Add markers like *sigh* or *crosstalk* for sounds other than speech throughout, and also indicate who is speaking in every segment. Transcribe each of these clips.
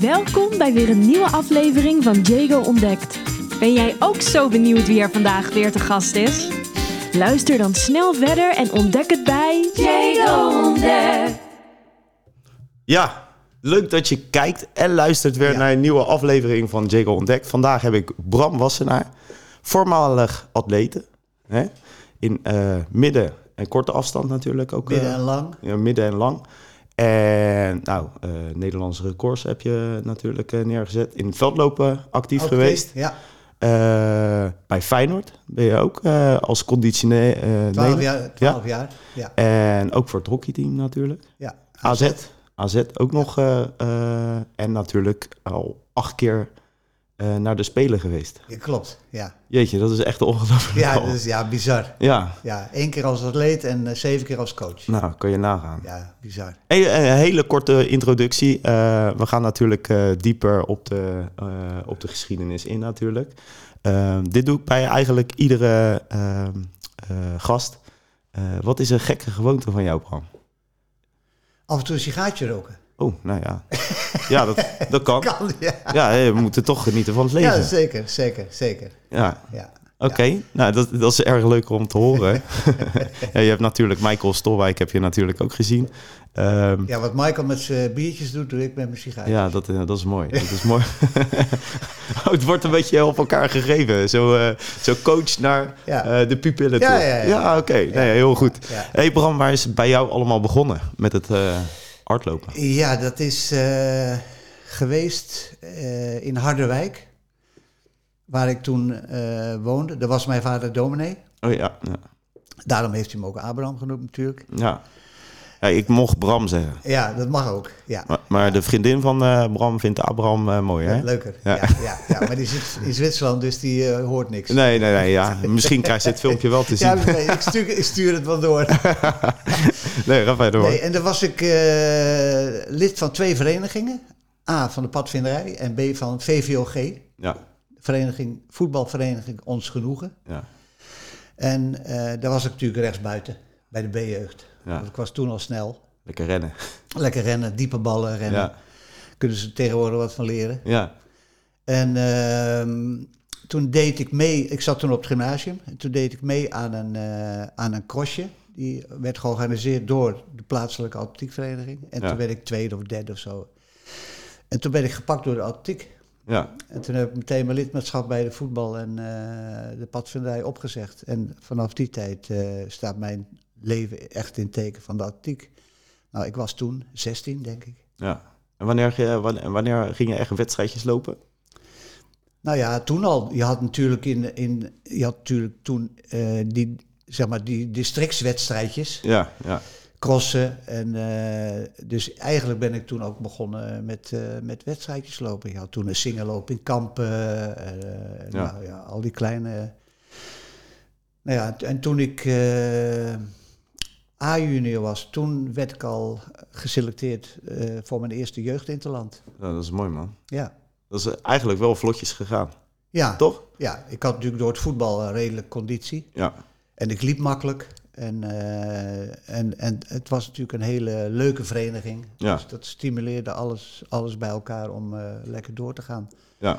Speaker 1: Welkom bij weer een nieuwe aflevering van Diego Ontdekt.
Speaker 2: Ben jij ook zo benieuwd wie er vandaag weer te gast is?
Speaker 1: Luister dan snel verder en ontdek het bij
Speaker 2: Diego Ontdekt.
Speaker 3: Ja, leuk dat je kijkt en luistert weer naar een nieuwe aflevering van Jago Ontdekt. Vandaag heb ik Bram Wassenaar, voormalig atlete. Hè? In eh, midden en korte afstand natuurlijk ook. eh,
Speaker 4: Midden en lang.
Speaker 3: ja, midden en lang. En nou, eh, Nederlandse records heb je natuurlijk eh, neergezet. In het veldlopen actief geweest.
Speaker 4: Ja,
Speaker 3: Eh, bij Feyenoord ben je ook eh, als conditioneel. eh
Speaker 4: 12
Speaker 3: nemer.
Speaker 4: jaar. 12 jaar. Ja.
Speaker 3: En ook voor het hockeyteam natuurlijk.
Speaker 4: ja. Ah,
Speaker 3: AZ. AZ ook nog. eh, eh, en natuurlijk al acht keer eh, naar de Spelen geweest.
Speaker 4: Ja, klopt. Ja,
Speaker 3: Jeetje, dat is echt ongelooflijk.
Speaker 4: ja dat is ja, bizar.
Speaker 3: Ja,
Speaker 4: Ja, één keer als atleet en eh, zeven keer als coach.
Speaker 3: nou, kan je nagaan.
Speaker 4: Ja, bizar.
Speaker 3: Hey, eh, Een, hele korte introductie. Eh, we gaan natuurlijk eh, dieper op de, eh, op de geschiedenis in natuurlijk. Ehm, dit doe ik bij eigenlijk iedere ehm, eh, gast. Eh, wat is een gekke gewoonte van jou, Bram?
Speaker 4: Af en toe een sigaartje roken.
Speaker 3: Oh, nou
Speaker 4: *laughs*
Speaker 3: ja. Ja, dat, dat kan.
Speaker 4: Kan, ja.
Speaker 3: Ja, hey, we moeten toch genieten van het
Speaker 4: Ja,
Speaker 3: Oh. leven.
Speaker 4: zeker, zeker, zeker.
Speaker 3: Ja,
Speaker 4: Ja.
Speaker 3: Oké, nou dat, dat is erg leuk om te
Speaker 4: *laughs*
Speaker 3: horen. ja, je hebt natuurlijk Michael Stolwijk heb je natuurlijk ook gezien. Ehm, ja,
Speaker 4: Ja, wat Michael met zijn biertjes doet, doe ik met mijn sigaar.
Speaker 3: dat, eh, dat is mooi. Dat is mooi. *laughs* Oh, het wordt een beetje op elkaar gegeven. Zo, eh, zo coach naar
Speaker 4: Ja.
Speaker 3: eh, de pupillen
Speaker 4: Ja,
Speaker 3: toe.
Speaker 4: ja, ja.
Speaker 3: oké. Nee, heel goed.
Speaker 4: Ja.
Speaker 3: hey Bram, waar is het bij jou allemaal begonnen met het eh, hardlopen?
Speaker 4: Ja, dat is eh, geweest eh, in Harderwijk, waar ik toen eh, woonde. Daar was mijn vader dominee.
Speaker 3: Oh ja, ja.
Speaker 4: Daarom heeft hij hem ook Abraham genoemd natuurlijk.
Speaker 3: ja. ja ik mocht Bram zeggen.
Speaker 4: Ja, dat mag ook. Ja.
Speaker 3: Maar, maar de vriendin van eh, Bram vindt Abraham eh, mooi, hè?
Speaker 4: Leuker.
Speaker 3: Ja.
Speaker 4: Ja. Ja, ja, maar die zit in Zwitserland, dus die eh, hoort niks.
Speaker 3: Nee, nee, nee. Ja. Misschien krijg je het filmpje wel te zien.
Speaker 4: Ja, nee, ik, stuur, ik stuur het wel
Speaker 3: *laughs*
Speaker 4: door.
Speaker 3: Nee, ga verder hoor.
Speaker 4: Nee, en dan was ik eh, lid van twee verenigingen. A, van de padvinderij en B, van VVOG.
Speaker 3: Ja,
Speaker 4: Vereniging, voetbalvereniging Ons Genoegen.
Speaker 3: ja,
Speaker 4: En eh, daar was ik natuurlijk rechtsbuiten, bij de B-jeugd.
Speaker 3: Ja.
Speaker 4: Want ik was toen al snel.
Speaker 3: lekker rennen.
Speaker 4: Lekker rennen, diepe ballen rennen.
Speaker 3: Ja,
Speaker 4: Kunnen ze tegenwoordig wat van leren.
Speaker 3: ja,
Speaker 4: En ehm, toen deed ik mee, ik zat toen op het gymnasium, en toen deed ik mee aan een, eh aan een crossje. Die werd georganiseerd door de plaatselijke atletiekvereniging. En
Speaker 3: Ja.
Speaker 4: toen werd ik tweede of derde of zo. En toen ben ik gepakt door de atletiek.
Speaker 3: ja.
Speaker 4: En toen heb ik meteen mijn lidmaatschap bij de voetbal en eh, de padvinderij opgezegd. En vanaf die tijd eh, staat mijn leven echt in het teken van de atletiek. Nou, ik was toen 16, denk ik.
Speaker 3: ja. En wanneer, ge- wanneer, wanneer ging je echt wedstrijdjes lopen?
Speaker 4: Nou ja, toen al. Je had natuurlijk, in, in, je had natuurlijk toen eh, die, zeg maar, die districtswedstrijdjes,
Speaker 3: Ja, ja,
Speaker 4: crossen. En, eh, dus eigenlijk ben ik toen ook begonnen met, eh, met wedstrijdjes lopen. Je had toen een singeloop in Kampen,
Speaker 3: Ja.
Speaker 4: eh, Nou, ja, al die kleine... Nou ja, en toen ik eh, A-junior was, toen werd ik al geselecteerd eh, voor mijn eerste jeugdinterland.
Speaker 3: Nou, dat is mooi man.
Speaker 4: Ja.
Speaker 3: Dat is eh, eigenlijk wel vlotjes gegaan,
Speaker 4: Ja,
Speaker 3: toch?
Speaker 4: ja, ik had natuurlijk door het voetbal een redelijk conditie.
Speaker 3: Ja,
Speaker 4: En ik liep makkelijk. En, eh, en, en het was natuurlijk een hele leuke vereniging.
Speaker 3: Ja.
Speaker 4: Dus dat stimuleerde alles, alles bij elkaar om eh, lekker door te gaan.
Speaker 3: ja,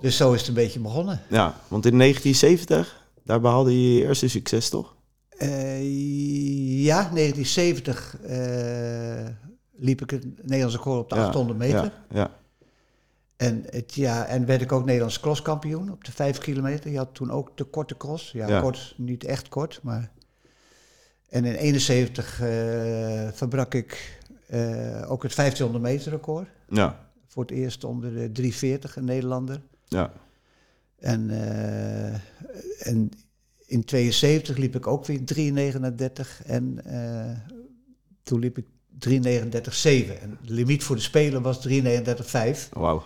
Speaker 4: Dus zo is het een beetje begonnen.
Speaker 3: ja. Want in 1970, daar behaalde je je eerste succes, toch?
Speaker 4: Eh, ja, 1970 eh, liep ik het Nederlandse koor op de
Speaker 3: Ja,
Speaker 4: 800 meter.
Speaker 3: Ja, ja,
Speaker 4: En, het, ja, en werd ik ook Nederlands crosskampioen op de 5 kilometer. Je had toen ook de korte cross. Ja,
Speaker 3: Ja.
Speaker 4: kort, niet echt kort, maar... En in 71 eh, verbrak ik eh, ook het 1500 meter record.
Speaker 3: ja,
Speaker 4: Voor het eerst onder de 340, een Nederlander.
Speaker 3: ja.
Speaker 4: En, eh, en in 72 liep ik ook weer 339 en eh, toen liep ik 339,7. En de limiet voor de Spelen was 339,5.
Speaker 3: Wauw.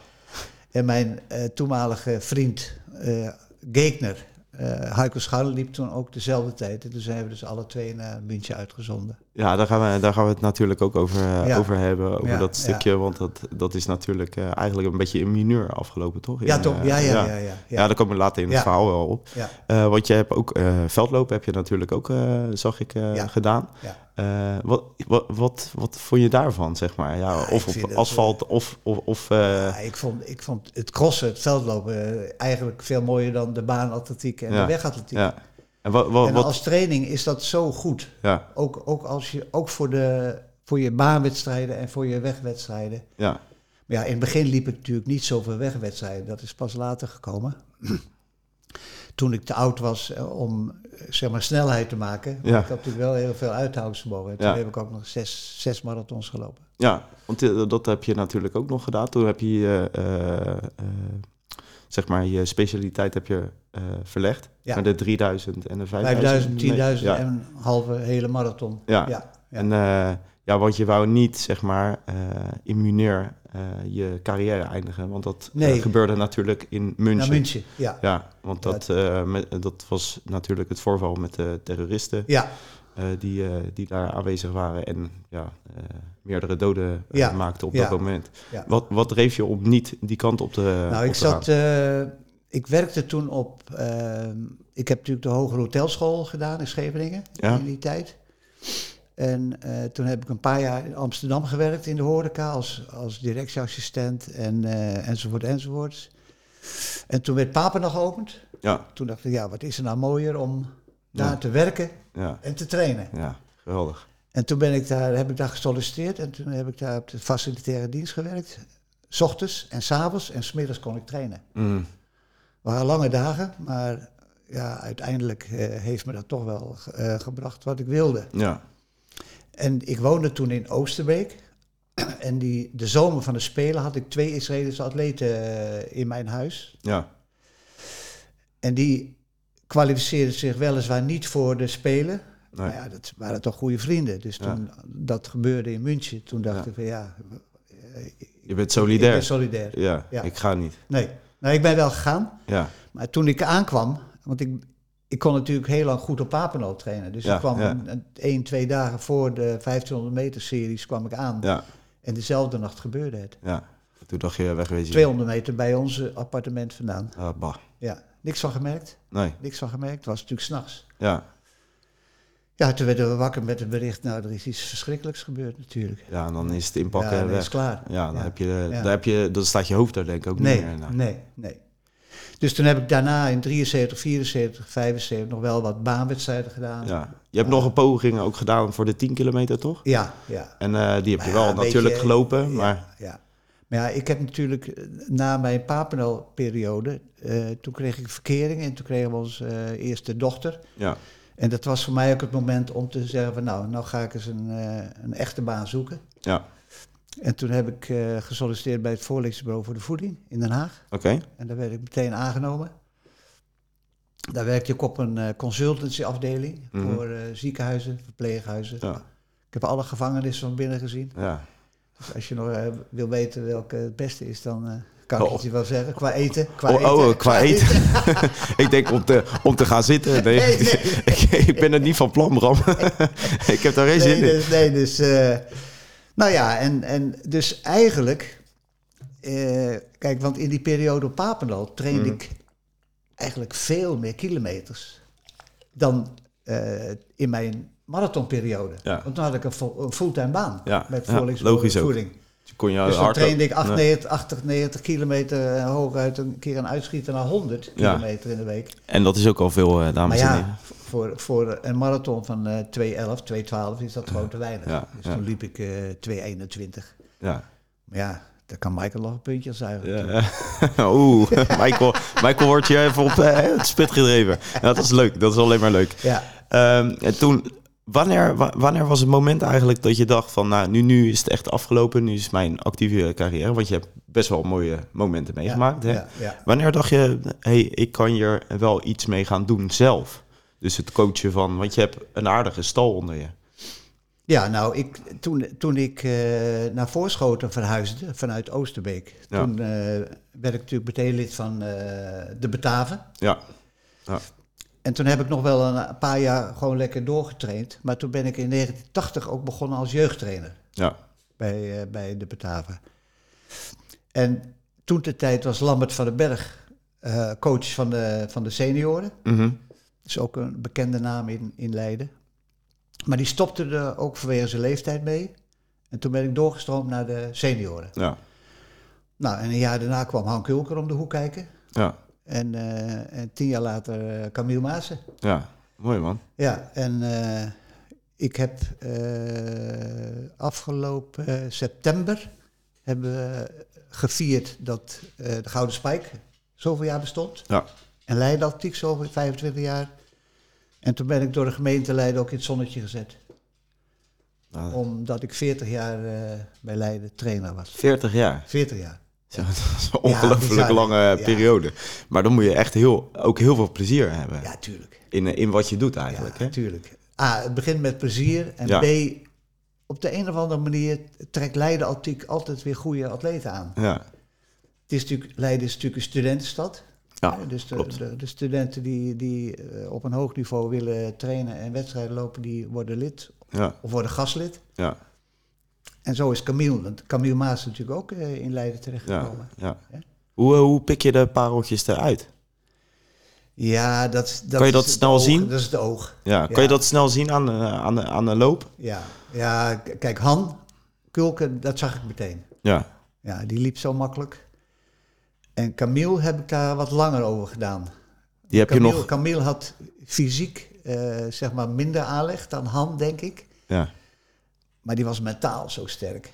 Speaker 4: En mijn eh, toenmalige vriend eh Geekner, eh Heiko Scharrel, liep toen ook dezelfde tijd. En toen zijn we dus alle twee naar München uitgezonden.
Speaker 3: Ja, daar gaan, we, daar gaan we het natuurlijk ook over, eh,
Speaker 4: Ja.
Speaker 3: over hebben, over
Speaker 4: Ja,
Speaker 3: dat stukje. Want dat, dat is natuurlijk eh, eigenlijk een beetje in mineur afgelopen, toch?
Speaker 4: Ja,
Speaker 3: In,
Speaker 4: toch?
Speaker 3: eh,
Speaker 4: Ja, ja, ja. ja, ja,
Speaker 3: Ja, daar komen we later in het
Speaker 4: Ja.
Speaker 3: verhaal wel op.
Speaker 4: Ja.
Speaker 3: Eh, want je hebt ook eh, veldlopen, heb je natuurlijk ook, eh, zag ik, eh,
Speaker 4: Ja.
Speaker 3: gedaan.
Speaker 4: Ja.
Speaker 3: Eh, wat, wat, wat, wat vond je daarvan, zeg maar? Ja,
Speaker 4: Ah, ik
Speaker 3: of
Speaker 4: vind
Speaker 3: op
Speaker 4: dat,
Speaker 3: asfalt, of... of, of eh,
Speaker 4: Ja, ik, vond, ik vond het crossen, het veldlopen, eh, eigenlijk veel mooier dan de baanatletiek en
Speaker 3: Ja,
Speaker 4: de wegatletiek.
Speaker 3: ja. En wat, wat,
Speaker 4: en
Speaker 3: wat-
Speaker 4: als training is dat zo goed.
Speaker 3: ja,
Speaker 4: Ook, ook, als je, ook voor, de, voor je baanwedstrijden en voor je wegwedstrijden.
Speaker 3: ja,
Speaker 4: Maar ja, in het begin liep ik natuurlijk niet zoveel wegwedstrijden. Dat is pas later gekomen. *clears throat* Toen ik te oud was eh, om eh, zeg maar, snelheid te maken. Want
Speaker 3: Ja.
Speaker 4: Ik had natuurlijk wel heel veel uithoudingsvermogen. En Toen
Speaker 3: Ja.
Speaker 4: heb ik ook nog zes, zes marathons gelopen.
Speaker 3: ja, want eh, dat heb je natuurlijk ook nog gedaan. Toen heb je, eh, eh, eh, zeg maar, je specialiteit heb je eh, verlegd
Speaker 4: Ja.
Speaker 3: naar de 3000 en de 5000.
Speaker 4: 5000, 10.000
Speaker 3: Ja.
Speaker 4: en een halve hele marathon.
Speaker 3: Ja.
Speaker 4: ja. ja.
Speaker 3: En eh, ja, want je wou niet, zeg maar, eh immuneer eh, je carrière eindigen. Want dat eh,
Speaker 4: Nee.
Speaker 3: gebeurde natuurlijk in
Speaker 4: Naar
Speaker 3: München.
Speaker 4: München, ja.
Speaker 3: Ja, want
Speaker 4: Ja.
Speaker 3: dat, eh, met- dat was natuurlijk het voorval met de terroristen
Speaker 4: Ja,
Speaker 3: eh, die, eh, die daar aanwezig waren. En ja, eh, meerdere doden eh,
Speaker 4: Ja.
Speaker 3: maakten op
Speaker 4: Ja.
Speaker 3: dat moment.
Speaker 4: Ja.
Speaker 3: Wat, wat dreef je om niet die kant op te
Speaker 4: nou
Speaker 3: op
Speaker 4: ik
Speaker 3: te
Speaker 4: zat... eh, ik werkte toen op... eh, ik heb natuurlijk de hogere hotelschool gedaan in Scheveningen
Speaker 3: Ja.
Speaker 4: in die tijd. En eh, toen heb ik een paar jaar in Amsterdam gewerkt in de horeca als, als directieassistent en, eh, enzovoort enzovoort. En toen werd Papen nog geopend.
Speaker 3: gaan.
Speaker 4: Toen dacht ik, ja, wat is er nou mooier om daar
Speaker 3: Ja.
Speaker 4: te werken
Speaker 3: Ja, ja,
Speaker 4: en te trainen.
Speaker 3: ja, geweldig.
Speaker 4: En toen ben ik daar, heb ik daar gesolliciteerd en toen heb ik daar op de facilitaire dienst gewerkt. 's ochtends en 's avonds en 's middags kon ik trainen.
Speaker 3: Mm,
Speaker 4: Het waren lange dagen, maar ja, uiteindelijk eh, heeft me dat toch wel eh, gebracht wat ik wilde.
Speaker 3: ja,
Speaker 4: En ik woonde toen in Oosterbeek. *clears throat* En die, de zomer van de Spelen had ik twee Israëlische atleten eh, in mijn huis.
Speaker 3: ja,
Speaker 4: En die kwalificeerden zich weliswaar niet voor de Spelen.
Speaker 3: nee,
Speaker 4: Maar ja, dat waren toch goede vrienden. Dus
Speaker 3: Ja.
Speaker 4: toen dat gebeurde in München, toen dacht
Speaker 3: Ja.
Speaker 4: ik van ja, eh,
Speaker 3: je bent
Speaker 4: Ik ben
Speaker 3: solidair.
Speaker 4: solidair.
Speaker 3: Ja,
Speaker 4: Ja.
Speaker 3: ik ga niet.
Speaker 4: Nee. Nou, ik ben wel gegaan.
Speaker 3: Ja,
Speaker 4: Maar toen ik aankwam, want ik, ik kon natuurlijk heel lang goed op Papenoot trainen. Dus
Speaker 3: Ja,
Speaker 4: ik kwam
Speaker 3: ja.
Speaker 4: een, een- één, twee dagen voor de 1500 meter series kwam ik aan.
Speaker 3: ja,
Speaker 4: En dezelfde nacht gebeurde het.
Speaker 3: ja. Toen dacht je wegwezen.
Speaker 4: 200 meter bij ons eh, appartement vandaan.
Speaker 3: Ah, bah,
Speaker 4: Ja, niks van gemerkt.
Speaker 3: nee,
Speaker 4: Niks van gemerkt. Het was natuurlijk s'nachts.
Speaker 3: ja.
Speaker 4: Ja, toen werden we wakker met het bericht. Nou, er is iets verschrikkelijks gebeurd natuurlijk.
Speaker 3: Ja, en dan is het inpakken
Speaker 4: ja,
Speaker 3: en
Speaker 4: dat
Speaker 3: weg.
Speaker 4: is klaar.
Speaker 3: Ja, dan,
Speaker 4: Ja.
Speaker 3: Heb je, eh, dan heb je, dan staat je hoofd daar denk ik ook
Speaker 4: Nee,
Speaker 3: niet meer. na.
Speaker 4: nee, nee. Dus toen heb ik daarna in 73, 74, 75 nog wel wat baanwedstrijden gedaan.
Speaker 3: Ja. Je hebt nog een poging ook gedaan voor de 10 kilometer, toch?
Speaker 4: ja. ja.
Speaker 3: En eh, die heb je wel
Speaker 4: Maar Nou ja, een
Speaker 3: natuurlijk
Speaker 4: beetje-
Speaker 3: gelopen,
Speaker 4: ja,
Speaker 3: maar
Speaker 4: Ja. Maar ja, ik heb natuurlijk eh, na mijn Papendal-periode, eh, toen kreeg ik verkering en toen kregen we onze eh, eerste dochter.
Speaker 3: ja,
Speaker 4: En dat was voor mij ook het moment om te zeggen van nou, nou ga ik eens een, eh, een echte baan zoeken.
Speaker 3: ja.
Speaker 4: En toen heb ik eh, gesolliciteerd bij het voorlichtingsbureau voor de voeding in Den Haag.
Speaker 3: oké.
Speaker 4: En daar werd ik meteen aangenomen. Daar werkte ik op een eh, consultancyafdeling
Speaker 3: Mhm.
Speaker 4: voor eh, ziekenhuizen, verpleeghuizen.
Speaker 3: Ja.
Speaker 4: Ik heb alle gevangenissen van binnen gezien.
Speaker 3: Ja.
Speaker 4: Dus als je nog eh, wil weten welke het beste is, dan eh, kan
Speaker 3: Oh.
Speaker 4: ik het je wel zeggen. Qua eten. Qua
Speaker 3: oh,
Speaker 4: eten.
Speaker 3: oh,
Speaker 4: *laughs*
Speaker 3: qua eten. *laughs* ik denk om te, om te gaan zitten. Nee,
Speaker 4: Nee, nee.
Speaker 3: ik, *laughs* ik ben er niet van plan, Bram. *laughs* ik heb daar geen
Speaker 4: Nee,
Speaker 3: zin in.
Speaker 4: dus, nee, dus eh, nou ja, en, en dus eigenlijk... eh, kijk, want in die periode op Papendal trainde
Speaker 3: Mm.
Speaker 4: ik eigenlijk veel meer kilometers dan eh, in mijn marathonperiode.
Speaker 3: Ja.
Speaker 4: Want toen had ik een, vo- een fulltime baan
Speaker 3: Ja,
Speaker 4: met
Speaker 3: ja,
Speaker 4: voorlichting
Speaker 3: logisch ook.
Speaker 4: voeding.
Speaker 3: Je kon je
Speaker 4: Dus dan
Speaker 3: hard-
Speaker 4: trainde ik
Speaker 3: Eh, Nee.
Speaker 4: 98, 80, 90 kilometer eh, hooguit een keer een uitschieter naar 100
Speaker 3: Ja. Ah,
Speaker 4: kilometer in de week.
Speaker 3: En dat is ook al veel, eh, dames
Speaker 4: Maar
Speaker 3: en
Speaker 4: ja,
Speaker 3: heren.
Speaker 4: voor, voor een marathon van eh 2.11, 2.12 is dat gewoon te weinig.
Speaker 3: Ja,
Speaker 4: dus
Speaker 3: ja.
Speaker 4: toen liep ik eh 2.21.
Speaker 3: Ja.
Speaker 4: Maar ja, daar kan Michael nog een puntje aan zuigen.
Speaker 3: Ja. *laughs* Oeh, Michael, Michael wordt je even op eh, het spit gedreven. Ja, dat is leuk, dat is alleen maar leuk.
Speaker 4: Ja.
Speaker 3: Ehm, en toen, wanneer, wa- wanneer was het moment eigenlijk dat je dacht van... nou, nu, nu is het echt afgelopen, nu is mijn actieve carrière... want je hebt best wel mooie momenten meegemaakt. hè?
Speaker 4: ja, ja.
Speaker 3: Wanneer dacht je, hey, ik kan hier wel iets mee gaan doen zelf? Dus het coachen van, want je hebt een aardige stal onder je.
Speaker 4: Ja, nou, ik, toen, toen ik eh, naar Voorschoten verhuisde vanuit Oosterbeek,
Speaker 3: Ja.
Speaker 4: toen eh, werd ik natuurlijk meteen lid van eh, de Bataven.
Speaker 3: Ja,
Speaker 4: En toen heb ik nog wel een paar jaar gewoon lekker doorgetraind. Maar toen ben ik in 1980 ook begonnen als jeugdtrainer.
Speaker 3: ja,
Speaker 4: bij, eh, bij de Bataven. En toen de tijd was Lambert van den Berg eh, coach van de, van de senioren.
Speaker 3: mhm,
Speaker 4: Dat is ook een bekende naam in, in Leiden. Maar die stopte er ook vanwege zijn leeftijd mee. En toen ben ik doorgestroomd naar de senioren.
Speaker 3: Ja,
Speaker 4: Nou, en een jaar daarna kwam Han Kulker om de hoek kijken.
Speaker 3: ja,
Speaker 4: En, eh, en tien jaar later eh, Camille Maassen.
Speaker 3: ja. Mooi man.
Speaker 4: Ja, en eh, ik heb eh, afgelopen eh, september hebben we gevierd dat eh, de Gouden Spijk zoveel jaar bestond.
Speaker 3: Ja.
Speaker 4: En Leiden Atletiek zoveel, 25 jaar. En toen ben ik door de gemeente Leiden ook in het zonnetje gezet.
Speaker 3: Ah.
Speaker 4: Omdat ik 40 jaar eh, bij Leiden trainer was.
Speaker 3: 40 jaar.
Speaker 4: 40 jaar.
Speaker 3: Zo, *laughs* dat is een ongelooflijk
Speaker 4: bizar.
Speaker 3: lange
Speaker 4: Ja.
Speaker 3: periode. Maar dan moet je echt heel, ook heel veel plezier hebben
Speaker 4: Ja, tuurlijk.
Speaker 3: in, eh, in wat je doet eigenlijk.
Speaker 4: ja,
Speaker 3: hè?
Speaker 4: tuurlijk. A, het begint met plezier. En
Speaker 3: Ja.
Speaker 4: B, op de een of andere manier trekt Leiden Atletiek altijd weer goede atleten aan.
Speaker 3: Ja,
Speaker 4: Het is natuurlijk, Leiden is natuurlijk een studentenstad.
Speaker 3: ja,
Speaker 4: Hè, dus de,
Speaker 3: klopt.
Speaker 4: de, de studenten die, die eh, op een hoog niveau willen trainen en wedstrijden lopen, die worden lid
Speaker 3: ja,
Speaker 4: of worden gastlid.
Speaker 3: ja,
Speaker 4: En zo is Camille, want Camille Maas is natuurlijk ook eh, in Leiden
Speaker 3: ja.
Speaker 4: terechtgekomen.
Speaker 3: ja.
Speaker 4: Hè?
Speaker 3: Hoe, eh, hoe pik je de pareltjes eruit?
Speaker 4: Ja, dat, dat
Speaker 3: Kan je
Speaker 4: is
Speaker 3: dat
Speaker 4: het
Speaker 3: snel
Speaker 4: oog,
Speaker 3: zien?
Speaker 4: Dat is het oog.
Speaker 3: Ja, kan
Speaker 4: Ja.
Speaker 3: je dat snel zien aan, eh, aan, de- aan de loop?
Speaker 4: Ja, ja k- kijk, Han Kulken, dat zag ik meteen.
Speaker 3: Ja,
Speaker 4: Ja, die liep zo makkelijk. En Camille heb ik daar wat langer over gedaan.
Speaker 3: die heb
Speaker 4: Camille,
Speaker 3: je nog.
Speaker 4: Camille had fysiek eh, zeg maar minder aanleg dan Han, denk ik.
Speaker 3: Ja,
Speaker 4: Maar die was mentaal zo sterk.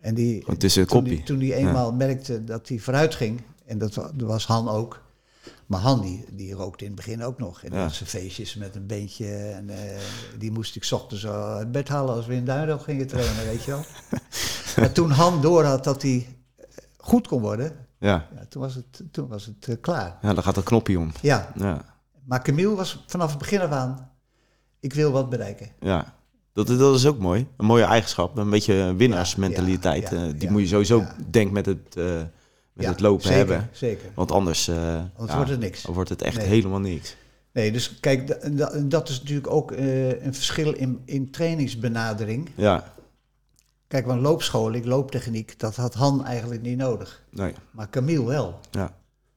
Speaker 4: En die,
Speaker 3: gewoon tussen de
Speaker 4: toen, die,
Speaker 3: koppie.
Speaker 4: toen die eenmaal merkte dat hij vooruit ging, en dat wa- was Han ook. Maar Han die, die rookte in het begin ook nog. En
Speaker 3: Ja.
Speaker 4: dat zijn feestjes met een bandje. En eh, die moest ik 's ochtends al uit bed halen als we in Duinrel gingen trainen, weet je
Speaker 3: *laughs*
Speaker 4: wel. Maar toen Han door had dat hij eh, goed kon worden,
Speaker 3: Ja.
Speaker 4: ja, toen was het, toen was het eh, klaar.
Speaker 3: ja, dan gaat dat knopje om.
Speaker 4: Ja,
Speaker 3: Ja,
Speaker 4: maar Camille was vanaf het begin af aan, ik wil wat bereiken.
Speaker 3: ja. Dat, dat is ook mooi. Een mooie eigenschap. Een beetje een winnaarsmentaliteit.
Speaker 4: Ja, ja,
Speaker 3: eh, die
Speaker 4: ja,
Speaker 3: moet je sowieso,
Speaker 4: ja.
Speaker 3: denk met het, eh, met
Speaker 4: Ja,
Speaker 3: het lopen
Speaker 4: zeker,
Speaker 3: hebben.
Speaker 4: Zeker.
Speaker 3: Want anders, eh,
Speaker 4: Anders
Speaker 3: ja,
Speaker 4: wordt het niks.
Speaker 3: dan wordt het echt
Speaker 4: Nee.
Speaker 3: helemaal niks.
Speaker 4: Nee, dus kijk, da- da- en dat is natuurlijk ook eh, een verschil in, in trainingsbenadering.
Speaker 3: Ja,
Speaker 4: Kijk, want loopscholing, looptechniek, dat had Han eigenlijk niet nodig.
Speaker 3: nee.
Speaker 4: Maar Camille wel.
Speaker 3: Ja,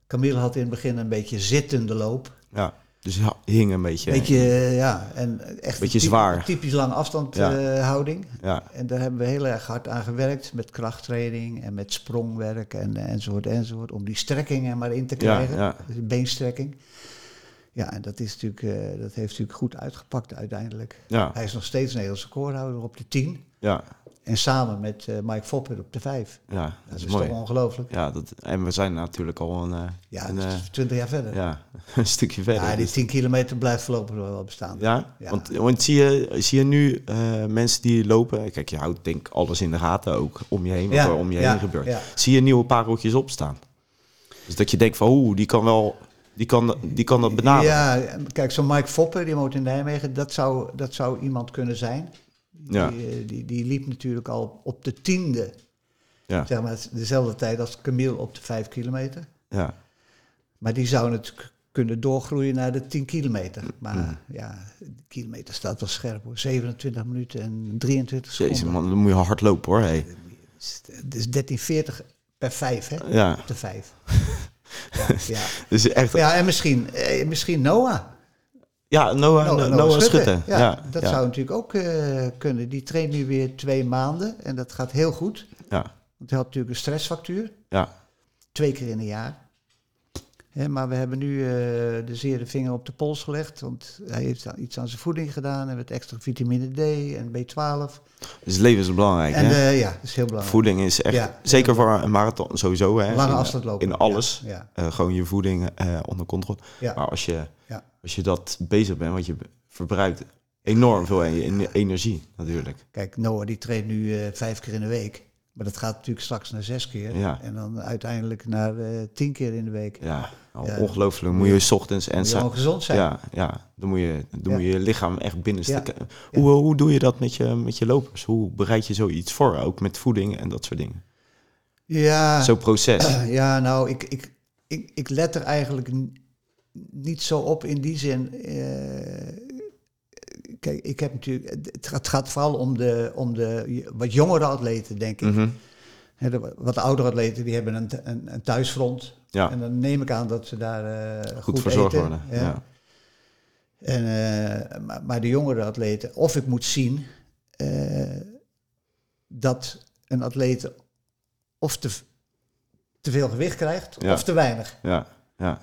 Speaker 4: Camille had in het begin een beetje zittende loop.
Speaker 3: ja. Dus hij hing een beetje.
Speaker 4: Beetje, eh, ja, en echt
Speaker 3: Beetje
Speaker 4: een typ-
Speaker 3: zwaar.
Speaker 4: typisch lange afstandhouding.
Speaker 3: Ja.
Speaker 4: houding.
Speaker 3: Ja,
Speaker 4: en daar hebben we heel erg hard aan gewerkt met krachttraining en met sprongwerk en, enzovoort enzovoort. Om die strekking er maar in te krijgen,
Speaker 3: ja.
Speaker 4: Dus die beenstrekking. Ja, en dat, is natuurlijk, eh, dat heeft natuurlijk goed uitgepakt uiteindelijk.
Speaker 3: ja,
Speaker 4: Hij is nog steeds Nederlandse recordhouder op de 10.
Speaker 3: ja,
Speaker 4: En samen met eh, Mike Foppen op de 5.
Speaker 3: ja. Dat,
Speaker 4: Dat
Speaker 3: is,
Speaker 4: is,
Speaker 3: mooi.
Speaker 4: toch ongelooflijk?
Speaker 3: Ja, dat, en we zijn natuurlijk al een, eh,
Speaker 4: Ja,
Speaker 3: een,
Speaker 4: dat
Speaker 3: eh,
Speaker 4: is 20 jaar verder. Ja,
Speaker 3: ja, *laughs* een stukje verder.
Speaker 4: die
Speaker 3: Dus-
Speaker 4: 10 kilometer blijft voorlopig wel bestaan.
Speaker 3: Ja,
Speaker 4: Ja.
Speaker 3: want, want zie, je, zie je nu eh, mensen die lopen... Kijk, je houdt denk ik alles in de gaten ook om je heen, wat
Speaker 4: Ja,
Speaker 3: er om je
Speaker 4: ja,
Speaker 3: heen gebeurt.
Speaker 4: ja.
Speaker 3: Zie je nieuwe pareltjes opstaan. Dus dat je denkt van, oeh, die kan wel... Die kan, die kan dat benaderen. Ja,
Speaker 4: Ja, kijk, zo'n Mike Foppen, die woont in Nijmegen, dat zou, dat zou iemand kunnen zijn.
Speaker 3: Ja.
Speaker 4: Die, eh, die, die liep natuurlijk al op de tiende,
Speaker 3: ja,
Speaker 4: zeg maar, dezelfde tijd als Camille op de vijf kilometer.
Speaker 3: ja,
Speaker 4: Maar die zou natuurlijk kunnen doorgroeien naar de 10 kilometer. Maar
Speaker 3: Mm.
Speaker 4: ja, de kilometer staat wel scherp hoor. 27 minuten en 23 seconden.
Speaker 3: Jezus, man, dan moet je hard lopen hoor. Hey.
Speaker 4: Het is 13,40 Dus per 5, hè?
Speaker 3: Ja,
Speaker 4: Op de 5. ja,
Speaker 3: *laughs*
Speaker 4: ja.
Speaker 3: dus echt... Ja,
Speaker 4: ja, en misschien, eh, misschien Noah.
Speaker 3: Noah, Oh, Noah, Schutte.
Speaker 4: Ja,
Speaker 3: Ja,
Speaker 4: dat
Speaker 3: ja,
Speaker 4: zou natuurlijk ook eh, kunnen. Die traint nu weer twee maanden en dat gaat heel goed.
Speaker 3: Ja,
Speaker 4: Want hij had natuurlijk een stressfactuur,
Speaker 3: ja,
Speaker 4: twee keer in een jaar. Hè, maar we hebben nu eh, de zere vinger op de pols gelegd, want hij heeft aan- iets aan zijn voeding gedaan en met extra vitamine D en B12.
Speaker 3: dus het leven is belangrijk.
Speaker 4: en
Speaker 3: hè?
Speaker 4: eh, ja, dat is heel belangrijk.
Speaker 3: Voeding is echt,
Speaker 4: Ja.
Speaker 3: zeker voor een marathon sowieso. Hè,
Speaker 4: Lange
Speaker 3: in, eh,
Speaker 4: afstand lopen.
Speaker 3: In alles.
Speaker 4: Ja, ja,
Speaker 3: Eh, gewoon je voeding eh, onder controle.
Speaker 4: ja.
Speaker 3: Maar als je,
Speaker 4: Ja.
Speaker 3: als je dat bezig bent, want je verbruikt enorm veel en- en- energie natuurlijk.
Speaker 4: Kijk, Noah die traint nu eh, vijf keer in de week. Maar dat gaat natuurlijk straks naar zes keer.
Speaker 3: Ja.
Speaker 4: En dan uiteindelijk naar eh, tien keer in de week.
Speaker 3: Ja, nou,
Speaker 4: Ja.
Speaker 3: ongelooflijk. Moet je 's ochtends en
Speaker 4: Moet je
Speaker 3: sa-
Speaker 4: gewoon gezond zijn.
Speaker 3: ja, ja, dan moet je dan
Speaker 4: Ja.
Speaker 3: moet je, je lichaam echt binnenstikken.
Speaker 4: Ja.
Speaker 3: Hoe, hoe doe je dat met je, met je lopers? Hoe bereid je zoiets voor? Ook met voeding en dat soort dingen.
Speaker 4: Ja,
Speaker 3: Zo'n proces.
Speaker 4: *clears throat* ja nou, ik, ik, ik, ik let er eigenlijk n- niet zo op in die zin. eh, kijk, ik heb natuurlijk. Het, het gaat vooral om de, om de wat jongere atleten, denk ik.
Speaker 3: Mhm.
Speaker 4: Hè, de wat oudere atleten die hebben een, th- een, een thuisfront.
Speaker 3: Ja,
Speaker 4: En dan neem ik aan dat ze daar eh,
Speaker 3: goed verzorgd
Speaker 4: eten,
Speaker 3: worden.
Speaker 4: hè.
Speaker 3: Ja.
Speaker 4: En, eh, maar, maar de jongere atleten, of ik moet zien eh, dat een atleet of te, te veel gewicht krijgt
Speaker 3: Ja.
Speaker 4: of te weinig.
Speaker 3: Ja, ja.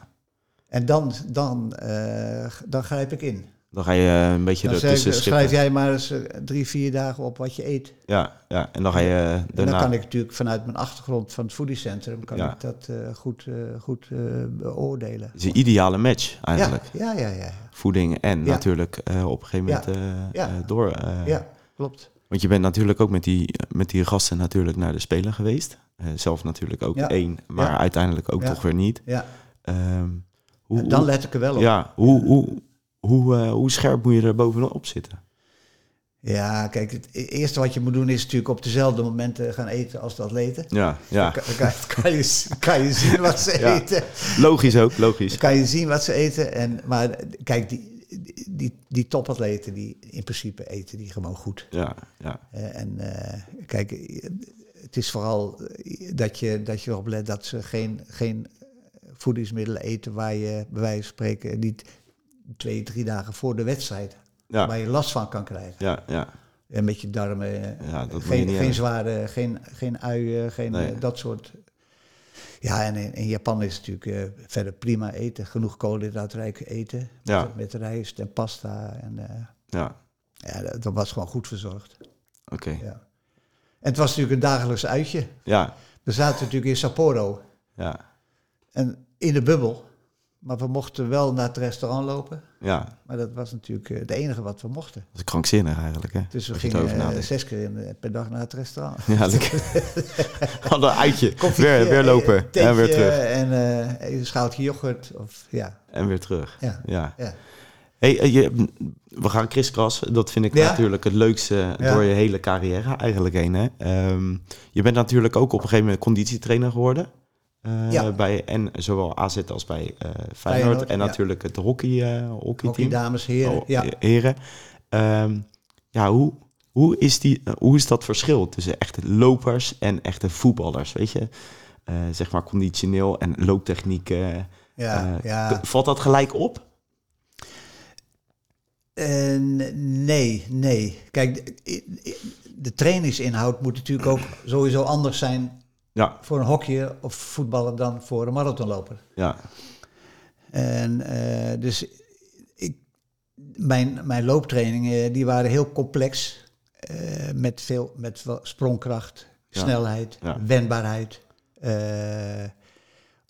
Speaker 4: En dan, dan, eh, dan grijp ik in.
Speaker 3: Dan ga je eh, een beetje
Speaker 4: Dan zeg,
Speaker 3: ertussen
Speaker 4: ik, schrijf
Speaker 3: schippen.
Speaker 4: jij maar eens eh, drie, vier dagen op wat je eet.
Speaker 3: Ja, ja, en dan ga je eh,
Speaker 4: En dan
Speaker 3: daarna...
Speaker 4: kan ik natuurlijk vanuit mijn achtergrond van het foodiecentrum kan
Speaker 3: Ja.
Speaker 4: ik dat eh, goed, eh, goed eh, beoordelen.
Speaker 3: Het is een ideale match
Speaker 4: Ja,
Speaker 3: eigenlijk.
Speaker 4: ja, ja, ja.
Speaker 3: Voeding en
Speaker 4: Ja.
Speaker 3: natuurlijk eh, op een gegeven
Speaker 4: Ja.
Speaker 3: moment eh,
Speaker 4: Ja.
Speaker 3: eh, door. eh,
Speaker 4: Ja, klopt.
Speaker 3: Want je bent natuurlijk ook met die, met die gasten natuurlijk naar de Spelen geweest. Eh, zelf natuurlijk ook
Speaker 4: Ja.
Speaker 3: één, maar
Speaker 4: Ja.
Speaker 3: uiteindelijk ook
Speaker 4: Ja.
Speaker 3: toch weer niet.
Speaker 4: Ja.
Speaker 3: Ehm, hoe,
Speaker 4: En dan
Speaker 3: hoe-
Speaker 4: let ik er wel op.
Speaker 3: ja, hoe, hoe, hoe, eh, hoe scherp moet je er bovenop zitten?
Speaker 4: Ja, kijk, het e- eerste wat je moet doen is natuurlijk op dezelfde momenten gaan eten als de atleten.
Speaker 3: Ja,
Speaker 4: Dan
Speaker 3: ja.
Speaker 4: kan, dan kan, kan je, z- kan je zien wat
Speaker 3: *laughs*
Speaker 4: ze
Speaker 3: Ja.
Speaker 4: eten.
Speaker 3: logisch ook, logisch.
Speaker 4: Dan kan je zien wat ze eten. En, maar kijk, die, die- die, die topatleten, die in principe eten die gewoon goed.
Speaker 3: Ja, ja,
Speaker 4: Eh, en eh, kijk, eh, het is vooral eh, dat je, dat je erop let dat ze geen, geen voedingsmiddelen eten waar je bij wijze van spreken niet twee, drie dagen voor de wedstrijd, waar
Speaker 3: ja,
Speaker 4: je last van kan krijgen.
Speaker 3: ja, ja.
Speaker 4: En met je darmen. eh,
Speaker 3: Ja, dat moet je
Speaker 4: geen,
Speaker 3: niet
Speaker 4: geen
Speaker 3: hebben.
Speaker 4: zware, geen, geen uien, geen
Speaker 3: Nee.
Speaker 4: eh, dat soort. Ja, en in, in Japan is het natuurlijk eh, verder prima eten. Genoeg koolhydraatrijk eten. Met,
Speaker 3: Ja.
Speaker 4: met rijst en pasta. En, eh,
Speaker 3: ja.
Speaker 4: ja, dat, dat was gewoon goed verzorgd.
Speaker 3: oké.
Speaker 4: Ja. En het was natuurlijk een dagelijks uitje.
Speaker 3: Ja,
Speaker 4: We zaten natuurlijk in Sapporo.
Speaker 3: ja,
Speaker 4: En in de bubbel. Maar we mochten wel naar het restaurant lopen.
Speaker 3: ja.
Speaker 4: Maar dat was natuurlijk eh, het enige wat we mochten.
Speaker 3: Dat is krankzinnig eigenlijk, hè?
Speaker 4: Dus we
Speaker 3: Als je het
Speaker 4: gingen
Speaker 3: over
Speaker 4: eh,
Speaker 3: nadenkt.
Speaker 4: zes keer in, de- per dag naar het restaurant.
Speaker 3: Ja,
Speaker 4: *laughs*
Speaker 3: lekker. Hadden een eitje. weer,
Speaker 4: Koffietje,
Speaker 3: weer lopen.
Speaker 4: eh, theetje
Speaker 3: en weer terug.
Speaker 4: En eh, een schaaltje yoghurt. Of, ja,
Speaker 3: En weer terug.
Speaker 4: ja,
Speaker 3: Ja.
Speaker 4: ja.
Speaker 3: Hey, eh, je, we gaan kriskras. Dat vind ik
Speaker 4: Ja.
Speaker 3: natuurlijk het leukste
Speaker 4: Ja.
Speaker 3: door je hele carrière eigenlijk heen. Hè? Ehm, je bent natuurlijk ook op een gegeven moment conditietrainer geworden. eh,
Speaker 4: Ja.
Speaker 3: bij, en zowel AZ als bij eh Feyenoord.
Speaker 4: Feyenoord,
Speaker 3: en
Speaker 4: ja.
Speaker 3: natuurlijk het hockey, eh
Speaker 4: Hockey,
Speaker 3: hockeyteam.
Speaker 4: dames, heren.
Speaker 3: Oh,
Speaker 4: ja.
Speaker 3: eh, heren. Ehm, ja, hoe, hoe, is die, eh, hoe is dat verschil tussen echte lopers en echte voetballers? Weet je, Eh, zeg maar conditioneel en looptechniek. eh,
Speaker 4: Ja,
Speaker 3: eh,
Speaker 4: ja.
Speaker 3: k- Valt dat gelijk op?
Speaker 4: Eh, nee, nee. Kijk, de- i- i- de trainingsinhoud moet natuurlijk ook sowieso anders zijn
Speaker 3: Ja,
Speaker 4: voor een hockeyer of voetballer dan voor een marathonloper.
Speaker 3: ja,
Speaker 4: En eh, dus ik, mijn, mijn looptrainingen eh, die waren heel complex. eh, met veel met wel sprongkracht,
Speaker 3: Ja.
Speaker 4: snelheid,
Speaker 3: Ja.
Speaker 4: wendbaarheid. eh,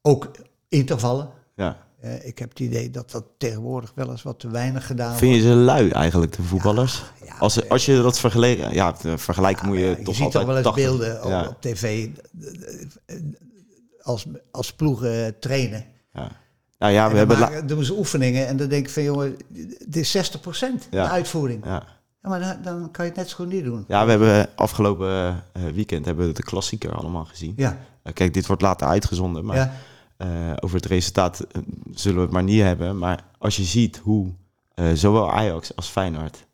Speaker 4: ook intervallen.
Speaker 3: ja.
Speaker 4: Eh, ik heb het idee dat dat tegenwoordig wel eens wat te weinig gedaan
Speaker 3: Vind je ze lui eigenlijk, de voetballers?
Speaker 4: wordt. Ja,
Speaker 3: Als, als je dat vergelijkt, ja, te vergelijken moet je
Speaker 4: ja,
Speaker 3: toch
Speaker 4: je
Speaker 3: altijd
Speaker 4: ziet toch wel eens
Speaker 3: 80.
Speaker 4: beelden op,
Speaker 3: Ja,
Speaker 4: op tv. eh, Als, als ploegen trainen.
Speaker 3: ja. Nou ja, we
Speaker 4: en
Speaker 3: hebben...
Speaker 4: dan
Speaker 3: la-
Speaker 4: maken- doen ze oefeningen en dan denk ik van jongen, het is 60%
Speaker 3: Ja.
Speaker 4: de uitvoering.
Speaker 3: ja.
Speaker 4: Ja, maar dan, dan kan je het net zo goed niet doen.
Speaker 3: ja, we hebben afgelopen eh, weekend hebben we de klassieker allemaal gezien.
Speaker 4: Ja,
Speaker 3: Eh, Kijk, dit wordt later uitgezonden, maar
Speaker 4: ja,
Speaker 3: eh, over het resultaat eh, zullen we het maar niet hebben. Maar als je ziet hoe eh, zowel Ajax als Feyenoord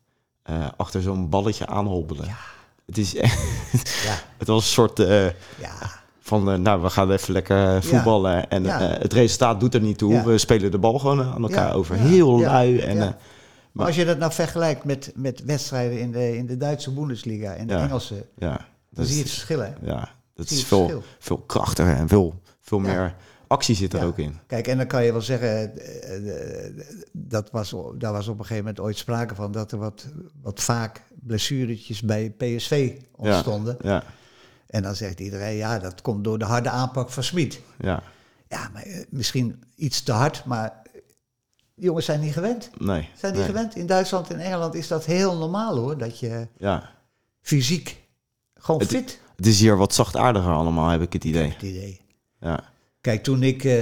Speaker 3: eh, achter zo'n balletje aanhobbelen. Het, is echt,
Speaker 4: *laughs* ja,
Speaker 3: het was een soort eh,
Speaker 4: ja,
Speaker 3: van, eh, nou, we gaan even lekker eh, voetballen. En
Speaker 4: Ja.
Speaker 3: eh, het resultaat doet er niet toe.
Speaker 4: Ja.
Speaker 3: We spelen de bal gewoon aan elkaar
Speaker 4: Ja.
Speaker 3: over.
Speaker 4: Ja.
Speaker 3: Heel
Speaker 4: Ja.
Speaker 3: lui. En,
Speaker 4: Ja.
Speaker 3: eh,
Speaker 4: Maar als je dat nou vergelijkt met, met wedstrijden in de, in de Duitse Bundesliga en de
Speaker 3: Ja.
Speaker 4: Engelse, dan
Speaker 3: ja, dat
Speaker 4: zie je
Speaker 3: is,
Speaker 4: het verschil. Hè?
Speaker 3: ja, dat
Speaker 4: zie je
Speaker 3: is
Speaker 4: het
Speaker 3: veel,
Speaker 4: verschil.
Speaker 3: veel krachtiger en veel, veel
Speaker 4: Ja.
Speaker 3: meer actie zit er
Speaker 4: Ja.
Speaker 3: ook in.
Speaker 4: Kijk, en dan kan je wel zeggen, eh, eh, dat was, o- daar was op een gegeven moment ooit sprake van dat er wat, wat vaak blessuretjes bij PSV
Speaker 3: Ja.
Speaker 4: ontstonden.
Speaker 3: Ja,
Speaker 4: En dan zegt iedereen, ja, dat komt door de harde aanpak van Smit.
Speaker 3: ja,
Speaker 4: Ja, maar eh, misschien iets te hard, maar eh, jongens zijn niet gewend.
Speaker 3: nee.
Speaker 4: Zijn die
Speaker 3: nee.
Speaker 4: gewend? In Duitsland en Engeland is dat heel normaal hoor, dat je
Speaker 3: Ja.
Speaker 4: fysiek gewoon
Speaker 3: Het-
Speaker 4: fit
Speaker 3: Het is hier wat zachtaardiger allemaal, heb ik het idee.
Speaker 4: het idee.
Speaker 3: Ja,
Speaker 4: Kijk, toen ik, eh,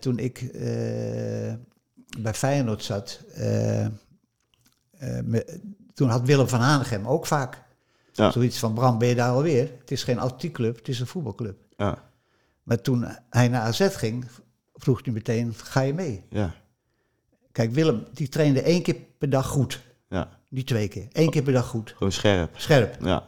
Speaker 4: toen ik eh, bij Feyenoord zat, eh, eh, me- toen had Willem van Hanegem ook vaak
Speaker 3: Ja.
Speaker 4: zoiets van Bram, ben je daar alweer? Het is geen atletiekclub, het is een voetbalclub.
Speaker 3: ja,
Speaker 4: Maar toen hij naar AZ ging, vroeg hij meteen, ga je mee?
Speaker 3: ja,
Speaker 4: Kijk, Willem, die trainde één keer per dag goed.
Speaker 3: ja.
Speaker 4: Niet twee keer, één keer per dag goed.
Speaker 3: Gewoon scherp.
Speaker 4: Scherp.
Speaker 3: Ja,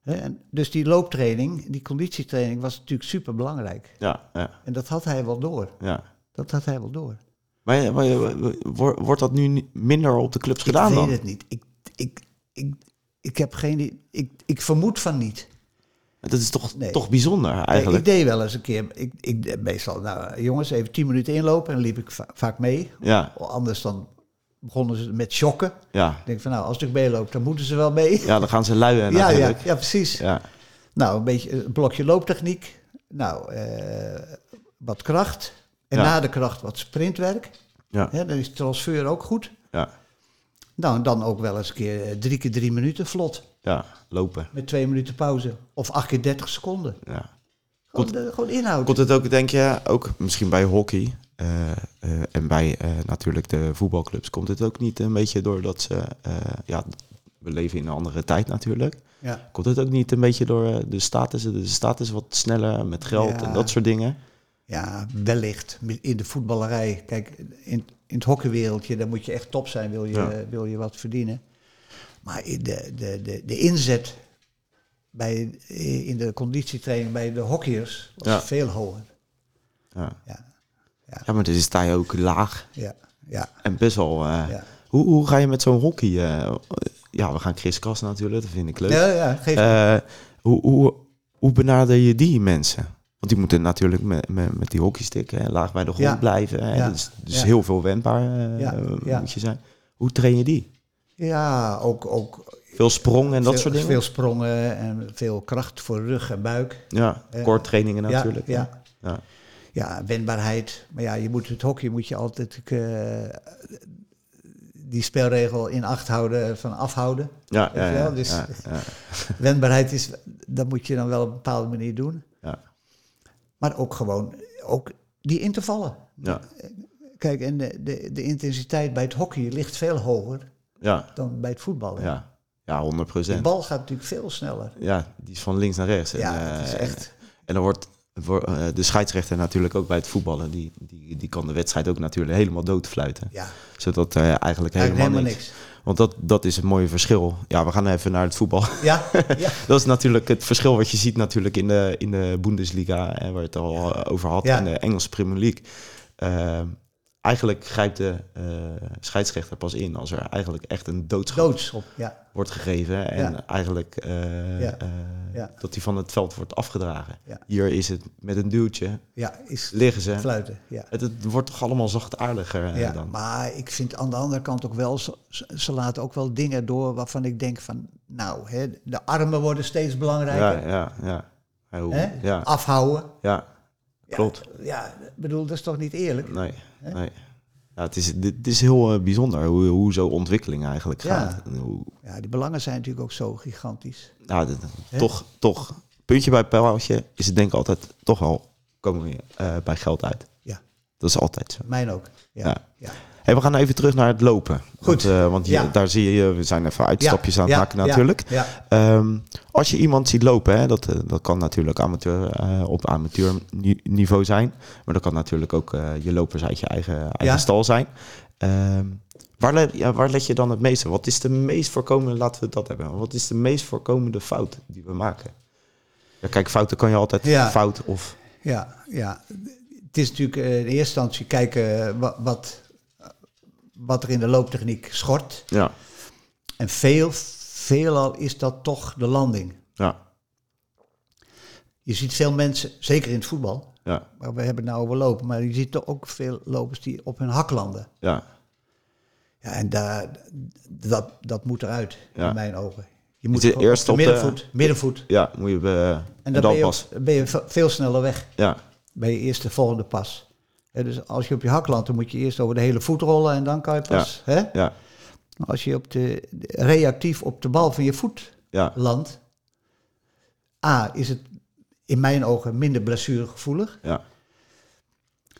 Speaker 4: Hè, en dus die looptraining, die conditietraining was natuurlijk super belangrijk.
Speaker 3: ja, ja,
Speaker 4: En dat had hij wel door.
Speaker 3: ja.
Speaker 4: Dat had hij wel door.
Speaker 3: Maar, maar, wor- wordt dat nu ni- minder op de clubs gedaan
Speaker 4: ik weet
Speaker 3: dan?
Speaker 4: het niet. Ik, ik, ik, ik heb geen... i- Ik, ik vermoed van niet.
Speaker 3: Dat is toch,
Speaker 4: Nee.
Speaker 3: toch bijzonder
Speaker 4: Nee,
Speaker 3: eigenlijk.
Speaker 4: ik deed wel eens een keer... Ik, ik deed meestal, nou jongens, even tien minuten inlopen. En dan liep ik va- vaak mee.
Speaker 3: Ja,
Speaker 4: Anders dan begonnen ze met shocken.
Speaker 3: ja.
Speaker 4: Ik denk van, nou, als ik meeloop, dan moeten ze wel mee.
Speaker 3: ja, dan gaan ze luien
Speaker 4: Ja, ja,
Speaker 3: natuurlijk.
Speaker 4: ja, precies.
Speaker 3: Ja,
Speaker 4: Nou, een beetje een blokje looptechniek. Nou, eh, wat kracht. En
Speaker 3: Ja.
Speaker 4: na de kracht wat sprintwerk.
Speaker 3: ja,
Speaker 4: Hè, dan is transfer ook goed.
Speaker 3: ja,
Speaker 4: Nou, en dan ook wel eens een keer eh, drie keer drie minuten vlot.
Speaker 3: ja. lopen.
Speaker 4: Met twee minuten pauze. Of acht keer dertig seconden.
Speaker 3: Ja.
Speaker 4: Gewoon, eh, gewoon inhoud.
Speaker 3: Komt het ook, denk je, ook misschien bij hockey eh, eh, en bij eh, natuurlijk de voetbalclubs, komt het ook niet een beetje doordat ze, eh, ja, we leven in een andere tijd natuurlijk.
Speaker 4: Ja.
Speaker 3: Komt het ook niet een beetje door eh, de status, de status wat sneller met geld
Speaker 4: Ja.
Speaker 3: en dat soort dingen?
Speaker 4: ja, wellicht. In de voetballerij. Kijk, in, in het hockeywereldje, daar moet je echt top zijn. Wil je,
Speaker 3: Ja.
Speaker 4: wil je wat verdienen. Maar in de, de, de, de inzet bij, in de conditietraining bij de hockeyers was
Speaker 3: Ja.
Speaker 4: veel hoger.
Speaker 3: Ja,
Speaker 4: Ja,
Speaker 3: ja maar dus sta je ook laag
Speaker 4: ja, ja.
Speaker 3: en best wel... eh,
Speaker 4: Ja.
Speaker 3: hoe, hoe ga je met zo'n hockey? eh, ja, we gaan Chris Kas natuurlijk, dat vind ik leuk.
Speaker 4: Ja, ja, geef
Speaker 3: Eh, hoe, hoe, hoe benader je die mensen? Want die moeten natuurlijk met, met, met die hockeystick hè, laag bij de grond
Speaker 4: Ja.
Speaker 3: blijven. Hè,
Speaker 4: Ja.
Speaker 3: Dus, dus
Speaker 4: Ja.
Speaker 3: heel veel wendbaar eh,
Speaker 4: Ja. Ja.
Speaker 3: moet je zijn. Hoe train je die?
Speaker 4: Ja, ook, ook
Speaker 3: Veel sprong en dat
Speaker 4: veel,
Speaker 3: soort dingen?
Speaker 4: veel sprongen en veel kracht voor rug en buik.
Speaker 3: ja,
Speaker 4: eh,
Speaker 3: core trainingen
Speaker 4: ja,
Speaker 3: natuurlijk. hè.
Speaker 4: ja.
Speaker 3: Ja.
Speaker 4: Ja, wendbaarheid. Maar ja, je moet het hockey moet je altijd eh, die spelregel in acht houden van afhouden.
Speaker 3: *laughs* Ja,
Speaker 4: Weet
Speaker 3: ja,
Speaker 4: je
Speaker 3: ja,
Speaker 4: wel, dus-
Speaker 3: ja, ja,
Speaker 4: Wendbaarheid is, dat moet je dan wel op een bepaalde manier doen.
Speaker 3: ja,
Speaker 4: Maar ook gewoon, ook die intervallen.
Speaker 3: ja,
Speaker 4: Kijk, en de, de, de intensiteit bij het hockey ligt veel hoger
Speaker 3: ja,
Speaker 4: dan bij het voetballen.
Speaker 3: ja, ja, 100
Speaker 4: De bal gaat natuurlijk veel sneller.
Speaker 3: Ja, die is van links naar rechts. en,
Speaker 4: Ja, dat is
Speaker 3: eh,
Speaker 4: echt.
Speaker 3: En dan wordt voor, eh, de scheidsrechter natuurlijk ook bij het voetballen, die, die, die kan de wedstrijd ook natuurlijk helemaal doodfluiten.
Speaker 4: Ja,
Speaker 3: Zodat eh, eigenlijk helemaal,
Speaker 4: helemaal
Speaker 3: niks.
Speaker 4: niks.
Speaker 3: Want dat, dat is het mooie verschil. Ja, we gaan even naar het voetbal. *laughs*
Speaker 4: Ja, ja.
Speaker 3: Dat is natuurlijk het verschil wat je ziet natuurlijk in de, in de Bundesliga, hè, waar je het al eh, over had,
Speaker 4: Ja.
Speaker 3: en de Engelse Premier League. Ehm, eigenlijk grijpt de eh, scheidsrechter pas in als er eigenlijk echt een doodschap
Speaker 4: doodschop. Ja,
Speaker 3: wordt gegeven. En eigenlijk eh,
Speaker 4: Ja.
Speaker 3: eh,
Speaker 4: Ja.
Speaker 3: dat die van het veld wordt afgedragen.
Speaker 4: Ja.
Speaker 3: Hier is het met een duwtje,
Speaker 4: ja is
Speaker 3: liggen ze.
Speaker 4: fluiten. Ja.
Speaker 3: Het, het wordt toch allemaal zachtaardiger eh,
Speaker 4: ja.
Speaker 3: dan.
Speaker 4: Maar ik vind aan de andere kant ook wel, ze, ze- ze laten ook wel dingen door waarvan ik denk van, nou, hè, de armen worden steeds
Speaker 3: Ja,
Speaker 4: belangrijker.
Speaker 3: ja, ja. Ja, hoe-
Speaker 4: Hè?
Speaker 3: ja,
Speaker 4: Afhouden.
Speaker 3: ja.
Speaker 4: Ja,
Speaker 3: klopt.
Speaker 4: Ja, ik bedoel, dat is toch niet eerlijk?
Speaker 3: Nee, nee. Ja, het, is, dit, dit is heel eh, bijzonder hoe, hoe zo'n ontwikkeling eigenlijk
Speaker 4: Ja.
Speaker 3: gaat. En Hoe,
Speaker 4: Ja, die belangen zijn natuurlijk ook zo gigantisch.
Speaker 3: nou, dit- toch, toch, puntje bij paaltje is het denk ik altijd toch wel komen we eh, bij geld uit.
Speaker 4: Ja,
Speaker 3: Dat is altijd zo.
Speaker 4: mijn ook. Ja,
Speaker 3: Ja.
Speaker 4: ja.
Speaker 3: Hey, we gaan even terug naar het lopen. Want, eh, want hier-
Speaker 4: ja.
Speaker 3: daar zie je, we zijn even uitstapjes
Speaker 4: Ja,
Speaker 3: aan het
Speaker 4: ja,
Speaker 3: maken
Speaker 4: ja,
Speaker 3: natuurlijk.
Speaker 4: ja.
Speaker 3: Ehm, als je iemand ziet lopen, hè, dat, eh, dat kan natuurlijk amateur, eh, op amateurniveau zijn. Maar dat kan natuurlijk ook eh, je lopers uit je eigen, eigen
Speaker 4: Ja.
Speaker 3: stal zijn. Ehm, waar, let, ja, waar let je dan het meeste? op? Wat is de meest voorkomende, laten we dat hebben. Wat is de meest voorkomende fout die we maken? Ja, kijk, fouten kan je altijd
Speaker 4: Ja.
Speaker 3: fout of...
Speaker 4: Ja, ja. Het is natuurlijk eh, in eerste instantie kijken eh, wa- wat, wat er in de looptechniek schort.
Speaker 3: Ja,
Speaker 4: En veel, veelal is dat toch de landing.
Speaker 3: ja,
Speaker 4: Je ziet veel mensen, zeker in het voetbal,
Speaker 3: ja,
Speaker 4: maar we hebben het nou over lopen, maar je ziet toch ook veel lopers die op hun hak landen.
Speaker 3: ja,
Speaker 4: Ja, en daar, dat, dat moet eruit,
Speaker 3: Ja.
Speaker 4: in mijn ogen. Je
Speaker 3: zit
Speaker 4: gewoon
Speaker 3: eerst
Speaker 4: de
Speaker 3: op de-
Speaker 4: middenvoet, middenvoet.
Speaker 3: ja, moet je... eh,
Speaker 4: En dan, ben, je,
Speaker 3: pas.
Speaker 4: ook- ben je ve- veel sneller weg
Speaker 3: Ja,
Speaker 4: bij je eerste volgende pas. Hè, dus als je op je hak landt, dan moet je eerst over de hele voet rollen en dan kan je pas. Hè?
Speaker 3: ja,
Speaker 4: Maar Als je op de, reactief op de bal van je voet
Speaker 3: ja,
Speaker 4: land. A, is het in mijn ogen minder blessuregevoelig.
Speaker 3: ja,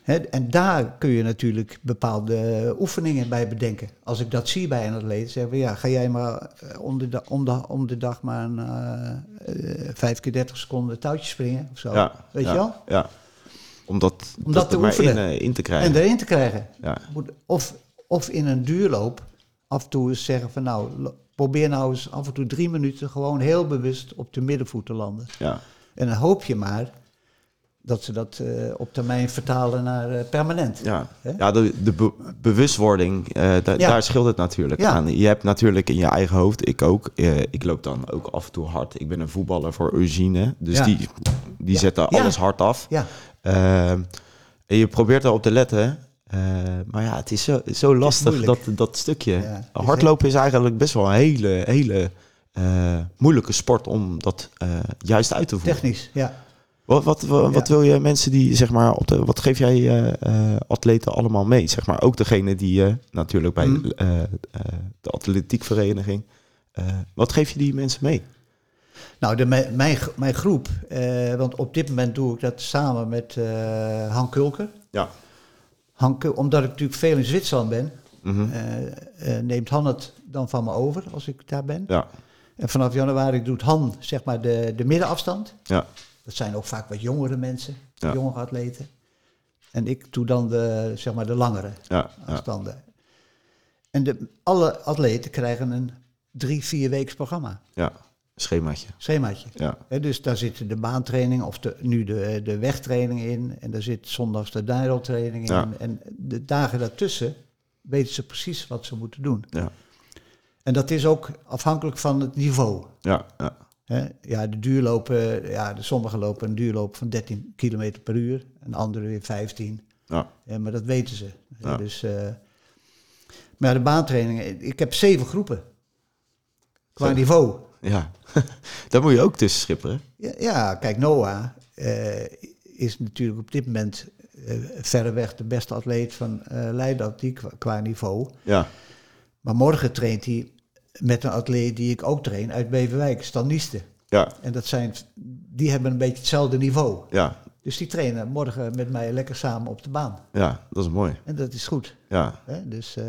Speaker 4: Hè? En daar kun je natuurlijk bepaalde eh, oefeningen bij bedenken. Als ik dat zie bij een atleet, zeggen we ja, ga jij maar eh, om de, da- om de, om de dag maar een, eh, eh, vijf keer 30 seconden touwtje springen of zo.
Speaker 3: ja.
Speaker 4: Weet
Speaker 3: ja,
Speaker 4: je wel?
Speaker 3: Ja. Om dat,
Speaker 4: Om dat
Speaker 3: dat
Speaker 4: te
Speaker 3: er maar in,
Speaker 4: oefenen.
Speaker 3: eh, in te krijgen.
Speaker 4: En erin te krijgen.
Speaker 3: Ja.
Speaker 4: Moet- Of, of in een duurloop af en toe eens zeggen van nou, lo- probeer nou eens af en toe drie minuten gewoon heel bewust op de middenvoet te landen.
Speaker 3: ja,
Speaker 4: En dan hoop je maar dat ze dat eh, op termijn vertalen naar eh, permanent.
Speaker 3: Ja,
Speaker 4: Hè?
Speaker 3: ja de, de be- bewustwording, eh, da-
Speaker 4: Ja.
Speaker 3: daar scheelt het natuurlijk
Speaker 4: Ja.
Speaker 3: aan. Je hebt natuurlijk in je eigen hoofd, ik ook, eh, ik loop dan ook af en toe hard. Ik ben een voetballer voor Eugene, dus
Speaker 4: Ja.
Speaker 3: die, die
Speaker 4: Ja.
Speaker 3: zet daar
Speaker 4: Ja.
Speaker 3: alles hard af.
Speaker 4: Ja,
Speaker 3: Ehm, en je probeert daarop te letten, eh, maar ja, het is zo, zo lastig dat,
Speaker 4: moeilijk.
Speaker 3: dat stukje.
Speaker 4: Ja, het is
Speaker 3: Hardlopen is eigenlijk best wel een hele, hele eh, moeilijke sport om dat eh, juist uit te voeren.
Speaker 4: technisch. Ja.
Speaker 3: Wat, wat, wa- wat, wil je mensen die, zeg maar, op de, wat geef jij eh, eh, atleten allemaal mee? Zeg maar, ook degene die eh, natuurlijk bij
Speaker 4: Hmm.
Speaker 3: eh, eh, de atletiekvereniging. eh, wat geef je die mensen mee?
Speaker 4: Nou, de, mijn, mijn gro- mijn groep, eh, want op dit moment doe ik dat samen met eh Han Kulker.
Speaker 3: Ja.
Speaker 4: Han Kul- omdat ik natuurlijk veel in Zwitserland ben,
Speaker 3: Mhm.
Speaker 4: eh, eh, neemt Han het dan van me over als ik daar ben.
Speaker 3: Ja,
Speaker 4: En vanaf januari doet Han zeg maar de, de middenafstand.
Speaker 3: ja,
Speaker 4: Dat zijn ook vaak wat jongere mensen,
Speaker 3: Ja.
Speaker 4: jongere atleten. En ik doe dan de, zeg maar de langere
Speaker 3: ja, ja.
Speaker 4: afstanden. En de, alle atleten krijgen een drie, vier weeks programma,
Speaker 3: ja. Schemaatje.
Speaker 4: schemaatje.
Speaker 3: Ja,
Speaker 4: Hè, dus daar zitten de baantraining of de, nu de, de wegtraining in. En daar zit zondags de duideltraining in.
Speaker 3: Ja.
Speaker 4: En de dagen daartussen weten ze precies wat ze moeten doen.
Speaker 3: ja,
Speaker 4: En dat is ook afhankelijk van het niveau.
Speaker 3: ja, ja.
Speaker 4: Hè? Ja, de duurlopen, ja, de sommigen lopen een duurloop van 13 km per uur. En anderen weer 15.
Speaker 3: ja.
Speaker 4: Hè, maar dat weten ze. Hè,
Speaker 3: Ja.
Speaker 4: Dus, eh, maar ja, de baantrainingen, ik heb zeven groepen. Qua
Speaker 3: Zo.
Speaker 4: niveau.
Speaker 3: ja. *laughs* Daar moet je ook tussen schipperen.
Speaker 4: Ja, ja, kijk, Noah eh, is natuurlijk op dit moment eh, verreweg de beste atleet van eh Leiden atletiek qua, qua niveau.
Speaker 3: Ja,
Speaker 4: Maar morgen traint hij met een atleet die ik ook train uit Beverwijk, Staniste.
Speaker 3: ja,
Speaker 4: En dat zijn, die hebben een beetje hetzelfde niveau.
Speaker 3: ja,
Speaker 4: Dus die trainen morgen met mij lekker samen op de baan.
Speaker 3: ja. Dat is mooi.
Speaker 4: En dat is goed.
Speaker 3: Ja,
Speaker 4: Hè? Dus, eh,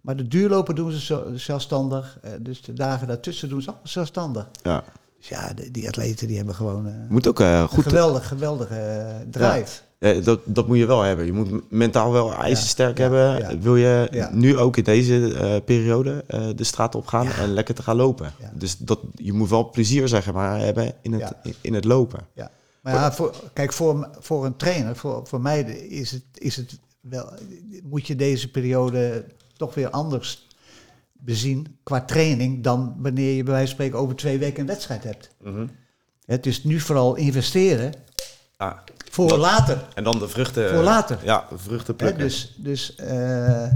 Speaker 4: maar de duurlopen doen ze zo- zelfstandig. eh, dus de dagen daartussen doen ze allemaal zelfstandig.
Speaker 3: ja.
Speaker 4: Dus ja, de- die atleten die hebben gewoon... eh,
Speaker 3: Moet ook eh,
Speaker 4: Goed.
Speaker 3: goed
Speaker 4: Geweldig, geweldige eh, drive.
Speaker 3: Ja, dat, dat moet je wel hebben. Je moet mentaal wel ijzersterk
Speaker 4: Ja,
Speaker 3: hebben.
Speaker 4: ja.
Speaker 3: Wil je
Speaker 4: Ja.
Speaker 3: nu ook in deze eh, periode eh, de straat op gaan
Speaker 4: Ja.
Speaker 3: en lekker te gaan lopen.
Speaker 4: Ja.
Speaker 3: Dus dat, je moet wel plezier zeg maar, hebben in het,
Speaker 4: Ja.
Speaker 3: in het lopen.
Speaker 4: Ja. Maar ja, voor, kijk, voor, voor een trainer, voor, voor mij is het, is het wel, moet je deze periode toch weer anders bezien qua training dan wanneer je bij wijze van spreken over twee weken een wedstrijd hebt. Het is nu vooral investeren voor
Speaker 3: Dat-
Speaker 4: later.
Speaker 3: En dan de vruchten.
Speaker 4: Voor later.
Speaker 3: Ja, vruchten
Speaker 4: Hè, dus dus eh,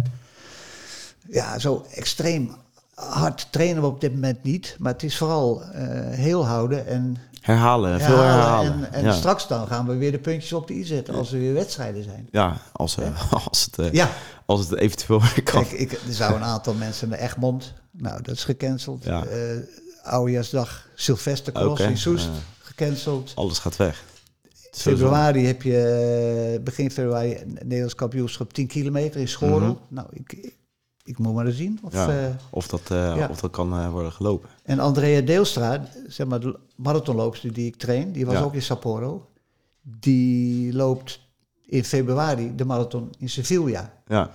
Speaker 4: ja, zo extreem hard trainen we op dit moment niet. Maar het is vooral eh, heel houden en
Speaker 3: herhalen,
Speaker 4: Ja,
Speaker 3: veel herhalen.
Speaker 4: En, en
Speaker 3: ja.
Speaker 4: straks dan gaan we weer de puntjes op de i zetten als er weer wedstrijden zijn.
Speaker 3: Ja, als, eh, *laughs* als, het, eh,
Speaker 4: Ja,
Speaker 3: als het eventueel *laughs* weer kan.
Speaker 4: kijk, ik, er zou een aantal mensen naar Egmond. Nou, dat is gecanceld.
Speaker 3: Ja.
Speaker 4: Eh Oudejaarsdag, Sylvestercross
Speaker 3: Ook, hè?
Speaker 4: in Soest,
Speaker 3: Ja.
Speaker 4: gecanceld.
Speaker 3: Alles gaat weg. Het is sowieso-
Speaker 4: Februari heb je, eh, begin februari, een Nederlands kampioenschap 10 kilometer in Schorel. Nou, ik, ik moet maar eens zien. Of,
Speaker 3: Mhm. Ja.
Speaker 4: eh,
Speaker 3: Of, dat, eh,
Speaker 4: Ja.
Speaker 3: of dat kan eh, worden gelopen.
Speaker 4: En Andrea Deelstra, zeg maar de marathonloopster die ik train, die was
Speaker 3: Ja.
Speaker 4: ook in Sapporo. Die loopt in februari de marathon in Sevilla.
Speaker 3: Ja,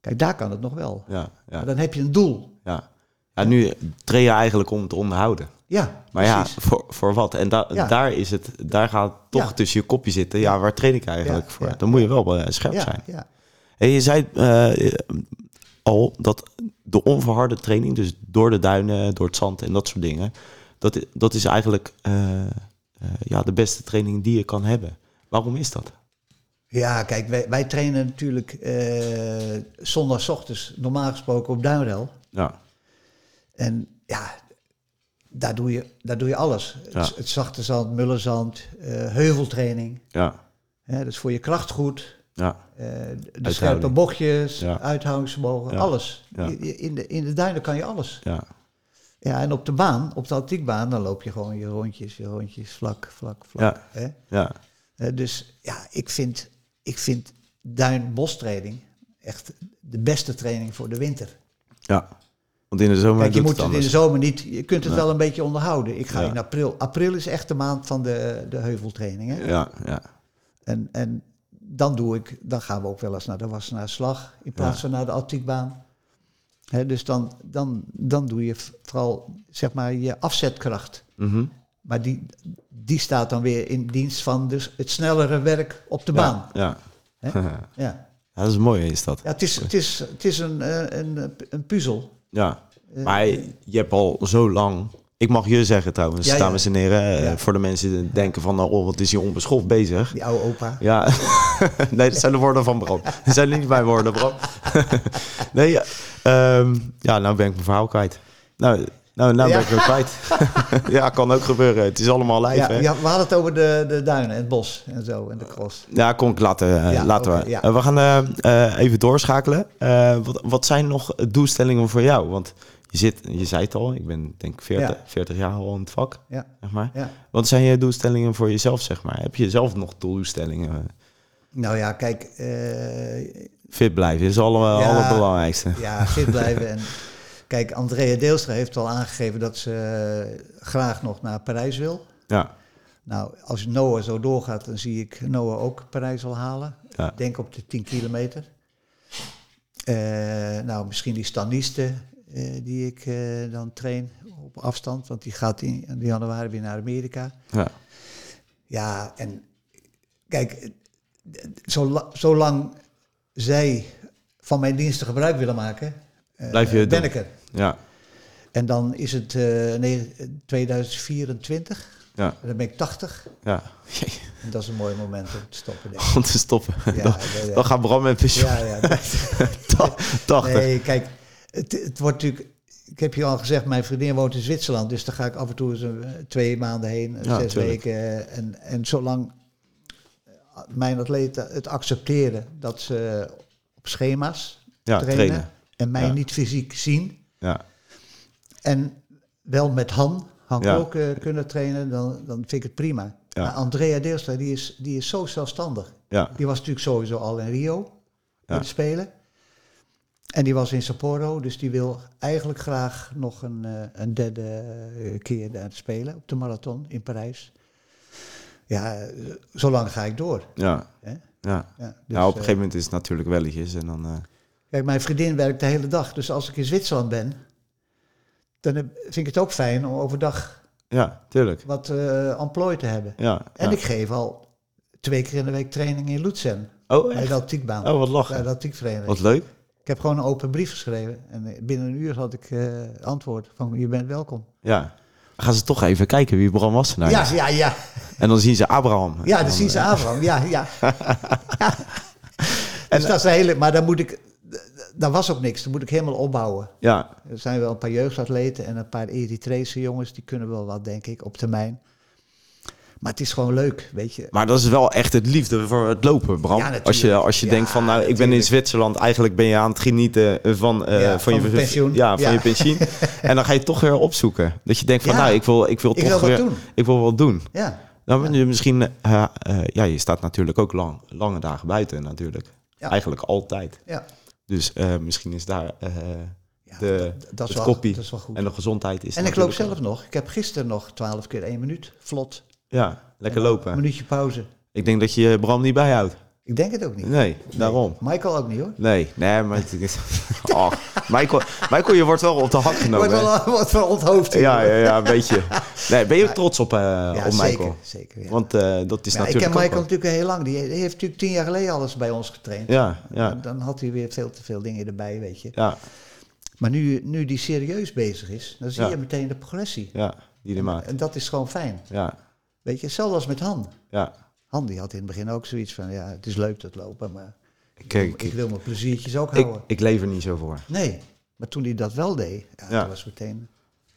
Speaker 4: Kijk, daar kan het nog wel.
Speaker 3: ja, ja.
Speaker 4: Maar dan heb je een doel.
Speaker 3: ja. ja nu train je eigenlijk om te onderhouden.
Speaker 4: Ja,
Speaker 3: Maar
Speaker 4: precies.
Speaker 3: ja, voor, voor wat? En da-
Speaker 4: Ja.
Speaker 3: daar is het, daar gaat het toch
Speaker 4: Ja.
Speaker 3: tussen je kopje zitten. Ja, waar train ik eigenlijk
Speaker 4: Ja,
Speaker 3: voor?
Speaker 4: ja.
Speaker 3: Dan moet je wel eh, scherp
Speaker 4: ja,
Speaker 3: zijn.
Speaker 4: ja.
Speaker 3: En je zei eh, al dat de onverharde training, dus door de duinen, door het zand en dat soort dingen, dat, i- dat is eigenlijk eh, eh, ja, de beste training die je kan hebben. Waarom is dat?
Speaker 4: Ja, kijk, wij, wij trainen natuurlijk eh zondagochtends normaal gesproken op Duinrel.
Speaker 3: Ja,
Speaker 4: En ja, daar doe je, daar doe je alles.
Speaker 3: Ja.
Speaker 4: Het, het zachte zand, mullenzand, eh, heuveltraining.
Speaker 3: ja,
Speaker 4: Hè, dat is voor je kracht goed.
Speaker 3: ja,
Speaker 4: Eh, de scherpe bochtjes,
Speaker 3: Ja.
Speaker 4: uithoudingsvermogen,
Speaker 3: Ja.
Speaker 4: alles.
Speaker 3: Ja.
Speaker 4: Je- je- In, de, in de duinen kan je alles.
Speaker 3: ja,
Speaker 4: Ja, en op de baan, op de atletiekbaan, dan loop je gewoon je rondjes, je rondjes, vlak, vlak, vlak.
Speaker 3: Ja.
Speaker 4: Hè?
Speaker 3: ja,
Speaker 4: Eh, dus ja, ik vind, ik vind duin-bostraining echt de beste training voor de winter.
Speaker 3: ja. Want in de zomer
Speaker 4: Kijk, je
Speaker 3: doet
Speaker 4: moet
Speaker 3: het
Speaker 4: het in de
Speaker 3: anders.
Speaker 4: zomer niet, je kunt het
Speaker 3: Nee.
Speaker 4: wel een beetje onderhouden. Ik ga
Speaker 3: Ja.
Speaker 4: in april, april is echt de maand van de, de heuveltrainingen.
Speaker 3: Ja, ja,
Speaker 4: En, en dan, doe ik, dan gaan we ook wel eens naar de Wassenaarslag in plaats
Speaker 3: Ja.
Speaker 4: van naar de atletiekbaan. Hè, dus dan, dan, dan doe je v- vooral zeg maar, je afzetkracht.
Speaker 3: Mhm.
Speaker 4: Maar die, die staat dan weer in dienst van dus het snellere werk op de baan.
Speaker 3: Ja.
Speaker 4: Hè?
Speaker 3: ja,
Speaker 4: Ja.
Speaker 3: *laughs* dat is mooi is dat.
Speaker 4: Ja, het is, het is, het is een, eh, een, eh, een puzzel.
Speaker 3: Ja.
Speaker 4: Eh,
Speaker 3: Maar je hebt al zo lang... Ik mag je zeggen trouwens,
Speaker 4: Ja, ja.
Speaker 3: dames en heren. eh,
Speaker 4: Ja.
Speaker 3: Voor de mensen die denken van, oh, wat is hier onbeschoft bezig.
Speaker 4: Die oude opa.
Speaker 3: Ja, *laughs* nee, dat zijn de woorden van Bram. Dat zijn niet mijn woorden, Bram. *laughs* nee, ja, ehm, ja, nou ben ik mijn verhaal kwijt. Nou, nou, nou ben ik hem kwijt.
Speaker 4: *laughs*
Speaker 3: *laughs* ja, kan ook gebeuren. Het is allemaal lijf,
Speaker 4: Ja,
Speaker 3: hè?
Speaker 4: ja, we hadden het over de, de duinen en het bos en zo en de cross.
Speaker 3: Ja, kom ik later. eh,
Speaker 4: Ja,
Speaker 3: laten
Speaker 4: oké,
Speaker 3: we.
Speaker 4: ja.
Speaker 3: Eh, we gaan eh, eh, even doorschakelen. Eh, wat, wat zijn nog doelstellingen voor jou? Want je, zit, je zei het al, ik ben denk ik 40,
Speaker 4: Ja.
Speaker 3: 40 jaar al in het vak.
Speaker 4: Ja,
Speaker 3: Zeg maar.
Speaker 4: ja.
Speaker 3: Wat zijn je doelstellingen voor jezelf, zeg maar? Heb je zelf nog doelstellingen?
Speaker 4: Nou ja, kijk, eh,
Speaker 3: Fit blijven is alle,
Speaker 4: Ja.
Speaker 3: allerbelangrijkste.
Speaker 4: Ja, fit blijven. En kijk, Andrea Deelstra heeft al aangegeven dat ze eh, graag nog naar Parijs wil.
Speaker 3: Ja,
Speaker 4: Nou, als Noah zo doorgaat, dan zie ik Noah ook Parijs al halen.
Speaker 3: Ja.
Speaker 4: Ik Denk op de 10 kilometer. Eh, nou, misschien die staniste eh, die ik eh, dan train op afstand, want die gaat in, in januari weer naar Amerika.
Speaker 3: ja.
Speaker 4: Ja, en kijk, eh, zola- zolang zij van mijn diensten gebruik willen maken, eh,
Speaker 3: Blijf je het
Speaker 4: ben
Speaker 3: doen.
Speaker 4: ik er.
Speaker 3: Ja,
Speaker 4: En dan is het eh, negen- 2024.
Speaker 3: ja,
Speaker 4: En dan ben ik 80.
Speaker 3: ja. *laughs*
Speaker 4: En dat is een mooi moment om te stoppen. Denk ik.
Speaker 3: Om te stoppen.
Speaker 4: Ja,
Speaker 3: dan,
Speaker 4: ja, ja.
Speaker 3: dan gaat Bram met pensioen. *laughs*
Speaker 4: Ja, ja. dat-
Speaker 3: 80.
Speaker 4: Nee, kijk, het, het wordt natuurlijk. Ik heb je al gezegd, mijn vriendin woont in Zwitserland. Dus daar ga ik af en toe eens een- twee maanden heen,
Speaker 3: Ja,
Speaker 4: zes
Speaker 3: tuurlijk.
Speaker 4: weken. En, en zolang mijn atleten het accepteren dat ze op schema's
Speaker 3: Ja,
Speaker 4: trainen,
Speaker 3: trainen.
Speaker 4: en mij
Speaker 3: Ja.
Speaker 4: niet fysiek zien.
Speaker 3: Ja,
Speaker 4: En wel met Han, Han
Speaker 3: Ja.
Speaker 4: ook eh, kunnen trainen, dan, dan vind ik het prima.
Speaker 3: Ja.
Speaker 4: Maar Andrea Deelstra, die is, die is zo zelfstandig.
Speaker 3: ja,
Speaker 4: Die was natuurlijk sowieso al in Rio
Speaker 3: Ja.
Speaker 4: aan het spelen. En die was in Sapporo, dus die wil eigenlijk graag nog een, eh, een derde eh, keer daar spelen op de marathon in Parijs. Ja, eh, zo lang ga ik door.
Speaker 3: ja.
Speaker 4: Hè?
Speaker 3: ja.
Speaker 4: Ja, dus,
Speaker 3: ja, Nou, op een
Speaker 4: eh,
Speaker 3: gegeven moment is het natuurlijk welletjes. En dan, eh,
Speaker 4: Kijk, mijn vriendin werkt de hele dag, dus als ik in Zwitserland ben, dan heb- vind ik het ook fijn om overdag
Speaker 3: ja, tuurlijk.
Speaker 4: wat eh employ te hebben.
Speaker 3: Ja,
Speaker 4: En
Speaker 3: ja.
Speaker 4: ik geef al twee keer in de week training in Lutsen,
Speaker 3: Oh,
Speaker 4: bij
Speaker 3: echt?
Speaker 4: de atletiekbaan,
Speaker 3: Oh, wat
Speaker 4: bij
Speaker 3: lachen.
Speaker 4: de atletiekvereniging.
Speaker 3: Wat leuk.
Speaker 4: Ik heb gewoon een open brief geschreven en binnen een uur had ik eh, antwoord van je bent welkom.
Speaker 3: Ja. Dan gaan ze toch even kijken wie Bram Wassenaar
Speaker 4: ja,
Speaker 3: is.
Speaker 4: ja, ja.
Speaker 3: En dan eh, zien ze Abraham.
Speaker 4: Ja, dat zien ze Abraham. Ja,
Speaker 3: *laughs*
Speaker 4: ja. dus
Speaker 3: eh,
Speaker 4: dat is de hele, maar daar moet ik, daar was ook niks. Dat moet ik helemaal opbouwen.
Speaker 3: Ja,
Speaker 4: Er zijn wel een paar jeugdatleten en een paar Eritrese jongens. Die kunnen wel wat, denk ik, op termijn. Maar het is gewoon leuk, weet je.
Speaker 3: maar dat is wel echt het liefde voor het lopen, Bram.
Speaker 4: Ja, natuurlijk.
Speaker 3: als je, als je
Speaker 4: Ja,
Speaker 3: denkt van, nou, ik ben in
Speaker 4: natuurlijk.
Speaker 3: Zwitserland. Eigenlijk ben je aan het genieten eh, van, eh,
Speaker 4: Ja,
Speaker 3: van,
Speaker 4: van
Speaker 3: je
Speaker 4: mijn pensioen.
Speaker 3: Ja, van
Speaker 4: Ja.
Speaker 3: je
Speaker 4: *laughs*
Speaker 3: pensioen. en dan ga je het toch weer opzoeken. Dat je denkt van,
Speaker 4: Ja.
Speaker 3: nou, ik wil, ik wil
Speaker 4: Ik
Speaker 3: toch
Speaker 4: wil wat
Speaker 3: weer...
Speaker 4: doen.
Speaker 3: Ik wil wat doen.
Speaker 4: Ja,
Speaker 3: Nou, ben je misschien, eh, eh, ja, je staat natuurlijk ook lang, lange dagen buiten natuurlijk.
Speaker 4: Ja.
Speaker 3: Eigenlijk altijd.
Speaker 4: ja.
Speaker 3: Dus eh, misschien is daar eh,
Speaker 4: ja
Speaker 3: de,
Speaker 4: dat, dat, is
Speaker 3: het
Speaker 4: wel,
Speaker 3: koppie
Speaker 4: dat is wel goed.
Speaker 3: en de gezondheid is
Speaker 4: En ik loop zelf
Speaker 3: natuurlijk-
Speaker 4: nog. Ik heb gisteren nog 12 keer 1 minuut, vlot.
Speaker 3: Ja, lekker lopen.
Speaker 4: Een minuutje pauze.
Speaker 3: Ik denk dat je Bram niet bijhoudt.
Speaker 4: Ik denk het ook niet.
Speaker 3: Nee, daarom.
Speaker 4: Michael ook niet hoor.
Speaker 3: Nee, nee, maar... het is- *laughs* Oh, Michael, Michael, je wordt wel op de hak genomen.
Speaker 4: Wordt wel, *laughs* wordt wel onthoofd.
Speaker 3: hè?
Speaker 4: hier.
Speaker 3: Nou, Ja, ja, ja, een beetje. Nee, ben je ook trots op, eh, op Michael?
Speaker 4: Zeker, zeker ja.
Speaker 3: Want eh, dat is
Speaker 4: Ja, ik
Speaker 3: natuurlijk
Speaker 4: ken
Speaker 3: ook
Speaker 4: Michael
Speaker 3: wel-
Speaker 4: natuurlijk heel lang. Die he- die heeft natuurlijk tien jaar geleden alles bij ons getraind.
Speaker 3: Ja,
Speaker 4: En
Speaker 3: ja,
Speaker 4: Dan had hij weer veel te veel dingen erbij, weet je.
Speaker 3: ja,
Speaker 4: Maar nu, nu die serieus bezig is, dan zie
Speaker 3: Ja.
Speaker 4: je meteen de progressie.
Speaker 3: ja, die de maakt.
Speaker 4: En dat is gewoon fijn.
Speaker 3: Ja,
Speaker 4: Weet je, hetzelfde als met Han.
Speaker 3: ja.
Speaker 4: Han die had in het begin ook zoiets van, ja, het is leuk dat lopen, maar
Speaker 3: Ik,
Speaker 4: ik, wil mijn pleziertjes ook
Speaker 3: Ik,
Speaker 4: houden.
Speaker 3: ik leef er niet zo voor.
Speaker 4: Nee, maar toen hij dat wel deed, ja,
Speaker 3: Ja.
Speaker 4: dat was meteen...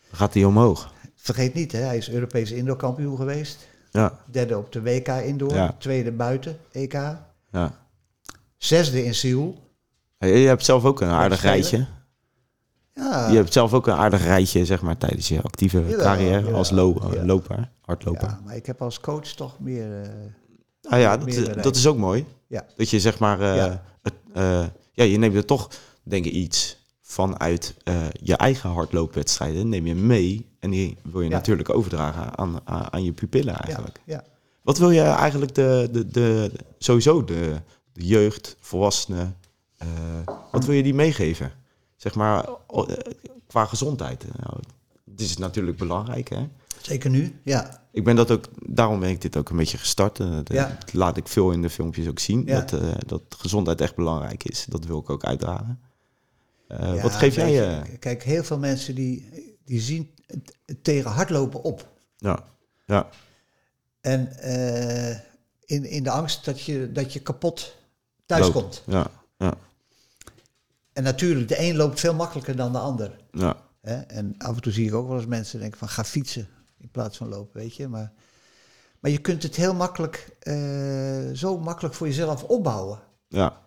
Speaker 3: Dan Gaat hij omhoog?
Speaker 4: Vergeet niet, hè, hij is Europese indoorkampioen geweest.
Speaker 3: Ja,
Speaker 4: Derde op de WK indoor,
Speaker 3: Ja.
Speaker 4: tweede buiten EK.
Speaker 3: ja.
Speaker 4: Zesde in Seoul.
Speaker 3: Je hebt zelf ook een aardig
Speaker 4: spelen?
Speaker 3: rijtje.
Speaker 4: Ja,
Speaker 3: Je hebt zelf ook een aardig rijtje, zeg maar, tijdens je actieve
Speaker 4: Jawel,
Speaker 3: carrière als
Speaker 4: jawel,
Speaker 3: lo-
Speaker 4: ja.
Speaker 3: loper, hardloper.
Speaker 4: Ja, maar ik heb als coach toch meer. eh,
Speaker 3: Ah ja,
Speaker 4: Meer
Speaker 3: dat,
Speaker 4: bereikt.
Speaker 3: dat is ook mooi.
Speaker 4: Ja.
Speaker 3: Dat je zeg maar, eh,
Speaker 4: Ja.
Speaker 3: het, eh, ja, je neemt er toch, denk ik, iets vanuit eh, je eigen hardloopwedstrijden, neem je mee. En die wil je
Speaker 4: Ja.
Speaker 3: natuurlijk overdragen aan, aan, aan je pupillen eigenlijk.
Speaker 4: Ja,
Speaker 3: Wat wil je eigenlijk de, de, de, sowieso de, de jeugd, volwassenen, eh, wat wil je die meegeven? Zeg maar, o- eh, qua gezondheid. Nou, het is natuurlijk belangrijk, hè?
Speaker 4: ja. Zeker nu, ja.
Speaker 3: Ik ben dat ook, daarom ben ik dit ook een beetje gestart. Eh, dat,
Speaker 4: Ja.
Speaker 3: dat laat ik veel in de filmpjes ook zien.
Speaker 4: Ja.
Speaker 3: Dat, eh, dat gezondheid echt belangrijk is. Dat wil ik ook uitdragen. Eh,
Speaker 4: Ja,
Speaker 3: wat geef jij?
Speaker 4: weet
Speaker 3: eh,
Speaker 4: je, Kijk, heel veel mensen die, die zien het- het tegen hardlopen op.
Speaker 3: ja, ja,
Speaker 4: En eh, in, in de angst dat je, dat je kapot thuis
Speaker 3: loop.
Speaker 4: komt.
Speaker 3: Ja, ja,
Speaker 4: En natuurlijk, de een loopt veel makkelijker dan de ander.
Speaker 3: ja,
Speaker 4: Hè? En af en toe zie ik ook wel eens mensen denken van ga fietsen in plaats van lopen, weet je. Maar, maar je kunt het heel makkelijk, eh, zo makkelijk voor jezelf opbouwen.
Speaker 3: ja,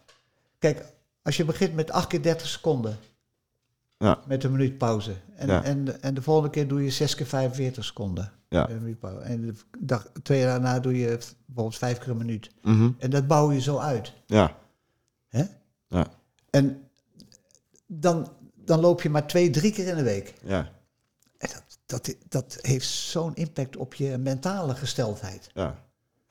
Speaker 4: Kijk, als je begint met 8 keer 30 seconden,
Speaker 3: ja,
Speaker 4: met een minuut pauze. En,
Speaker 3: Ja.
Speaker 4: en, en de volgende keer doe je 6 keer 45 seconden.
Speaker 3: ja.
Speaker 4: Met een minuut pauze. En de dag, twee jaar daarna doe je bijvoorbeeld 5 keer een minuut.
Speaker 3: Mhm.
Speaker 4: En dat bouw je zo uit.
Speaker 3: ja,
Speaker 4: Hè?
Speaker 3: ja,
Speaker 4: En dan, dan loop je maar twee, drie keer in de week.
Speaker 3: ja,
Speaker 4: En dat, dat, dat heeft zo'n impact op je mentale gesteldheid.
Speaker 3: ja.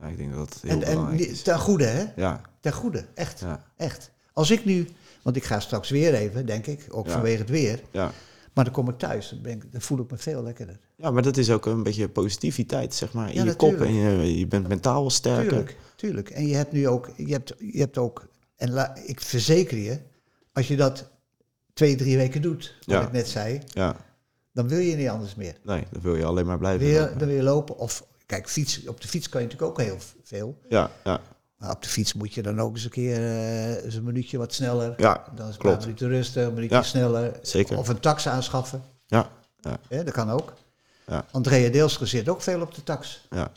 Speaker 3: Ja, ik denk dat dat heel
Speaker 4: En, en
Speaker 3: belangrijk
Speaker 4: ni-
Speaker 3: is.
Speaker 4: ten goede, hè?
Speaker 3: Ja,
Speaker 4: Ten goede, echt.
Speaker 3: ja,
Speaker 4: Echt. Als ik nu, want ik ga straks weer even, denk ik, ook
Speaker 3: Ja.
Speaker 4: vanwege het weer.
Speaker 3: ja.
Speaker 4: Maar dan kom ik thuis, dan, ben ik, dan voel ik me veel lekkerder.
Speaker 3: Ja, maar dat is ook een beetje positiviteit, zeg maar. In
Speaker 4: Ja,
Speaker 3: je kop en
Speaker 4: natuurlijk.
Speaker 3: je, je bent mentaal wel sterker.
Speaker 4: Tuurlijk, tuurlijk. En je hebt nu ook, je hebt, je hebt ook, en la- ik verzeker je, als je dat twee, drie weken doet, wat
Speaker 3: Ja.
Speaker 4: ik net zei,
Speaker 3: Ja,
Speaker 4: dan wil je niet anders meer.
Speaker 3: nee, dan wil je alleen maar blijven.
Speaker 4: Weer,
Speaker 3: lopen.
Speaker 4: dan wil je lopen of, kijk, fiets, op de fiets kan je natuurlijk ook heel veel.
Speaker 3: Ja, ja,
Speaker 4: Maar op de fiets moet je dan ook eens een keer eh, eens een minuutje wat sneller.
Speaker 3: ja,
Speaker 4: Dan is het een
Speaker 3: klopt.
Speaker 4: paar minuten rusten, een minuutje
Speaker 3: Ja,
Speaker 4: sneller.
Speaker 3: zeker.
Speaker 4: Of een tax aanschaffen,
Speaker 3: ja, ja,
Speaker 4: hè, dat kan ook.
Speaker 3: Ja.
Speaker 4: Andrea Deelske zit ook veel op de tax.
Speaker 3: ja.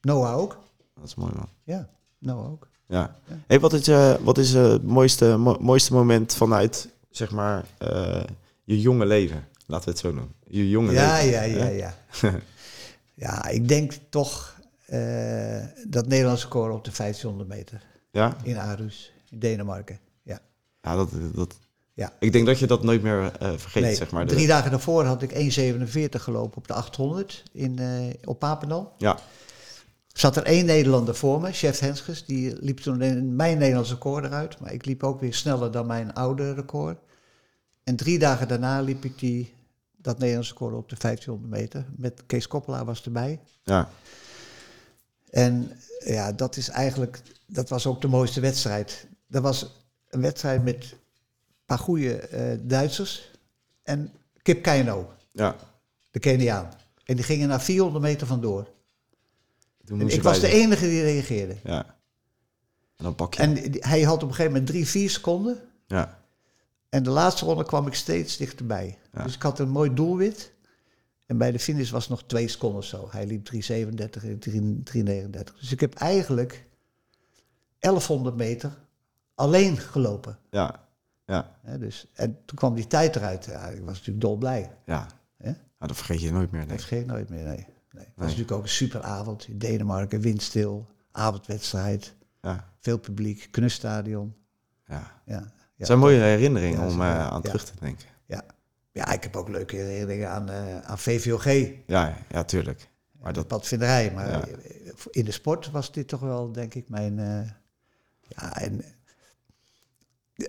Speaker 4: Noah ook.
Speaker 3: Dat is mooi, man.
Speaker 4: Ja, Noah ook.
Speaker 3: Ja. Hey, wat is, eh, wat is eh, het mooiste, mo- mooiste moment vanuit, zeg maar, eh, je jonge leven? Laten we het zo noemen. Je jonge
Speaker 4: Ja,
Speaker 3: leven. Eh,
Speaker 4: ja, ja,
Speaker 3: hè?
Speaker 4: ja.
Speaker 3: *laughs*
Speaker 4: ja, ik denk toch eh, dat Nederlandse score op de 1500 meter
Speaker 3: Ja?
Speaker 4: in Aarhus, in Denemarken. Ja.
Speaker 3: Ja, dat, dat,
Speaker 4: Ja.
Speaker 3: Ik denk dat je dat nooit meer eh, vergeet,
Speaker 4: Nee,
Speaker 3: zeg maar. De-
Speaker 4: Drie dagen daarvoor had ik 1,47 gelopen op de 800 in, eh, op Papendal.
Speaker 3: Ja,
Speaker 4: Zat er één Nederlander voor me, Chef Henskes, die liep toen in mijn Nederlands record eruit. Maar ik liep ook weer sneller dan mijn oude record. En drie dagen daarna liep ik die, dat Nederlandse record op de 1500 meter. Met Kees Koppelaar was erbij.
Speaker 3: ja,
Speaker 4: En ja, dat is eigenlijk, dat was ook de mooiste wedstrijd. Dat was een wedstrijd met een paar goede eh, Duitsers en Kip Keino,
Speaker 3: ja.
Speaker 4: de Keniaan. En die gingen naar 400 meter vandoor.
Speaker 3: Toen
Speaker 4: En
Speaker 3: moest
Speaker 4: ik
Speaker 3: je
Speaker 4: was de
Speaker 3: bij zijn.
Speaker 4: enige die reageerde.
Speaker 3: Ja. En dan pak je.
Speaker 4: En die- hij had op een gegeven moment drie, vier seconden.
Speaker 3: Ja,
Speaker 4: En de laatste ronde kwam ik steeds dichterbij.
Speaker 3: Ja.
Speaker 4: Dus ik had een mooi doelwit. En bij de finish was nog twee seconden of zo. Hij liep 3,37 en 3,39. Dus ik heb eigenlijk 1100 meter alleen gelopen.
Speaker 3: ja, ja,
Speaker 4: Hè, dus, en toen kwam die tijd eruit. Ja, ik was natuurlijk dolblij.
Speaker 3: ja.
Speaker 4: Hè?
Speaker 3: Nou, dat vergeet je nooit meer,
Speaker 4: Dat
Speaker 3: nee.
Speaker 4: vergeet ik nooit meer, nee. nee. Het was natuurlijk ook een superavond in Denemarken. Windstil, avondwedstrijd,
Speaker 3: Ja,
Speaker 4: veel publiek, knusstadion.
Speaker 3: ja.
Speaker 4: Ja, ja.
Speaker 3: Het zijn mooie herinneringen
Speaker 4: Ja,
Speaker 3: om
Speaker 4: zeker.
Speaker 3: eh, aan
Speaker 4: Ja.
Speaker 3: terug te denken.
Speaker 4: Ja. ja, ik heb ook leuke herinneringen aan, eh, aan VVOG.
Speaker 3: Ja, ja, tuurlijk. Maar
Speaker 4: Dat
Speaker 3: dat,
Speaker 4: padvinderij. Maar eh,
Speaker 3: Ja.
Speaker 4: in de sport was dit toch wel, denk ik, mijn... eh, ja, en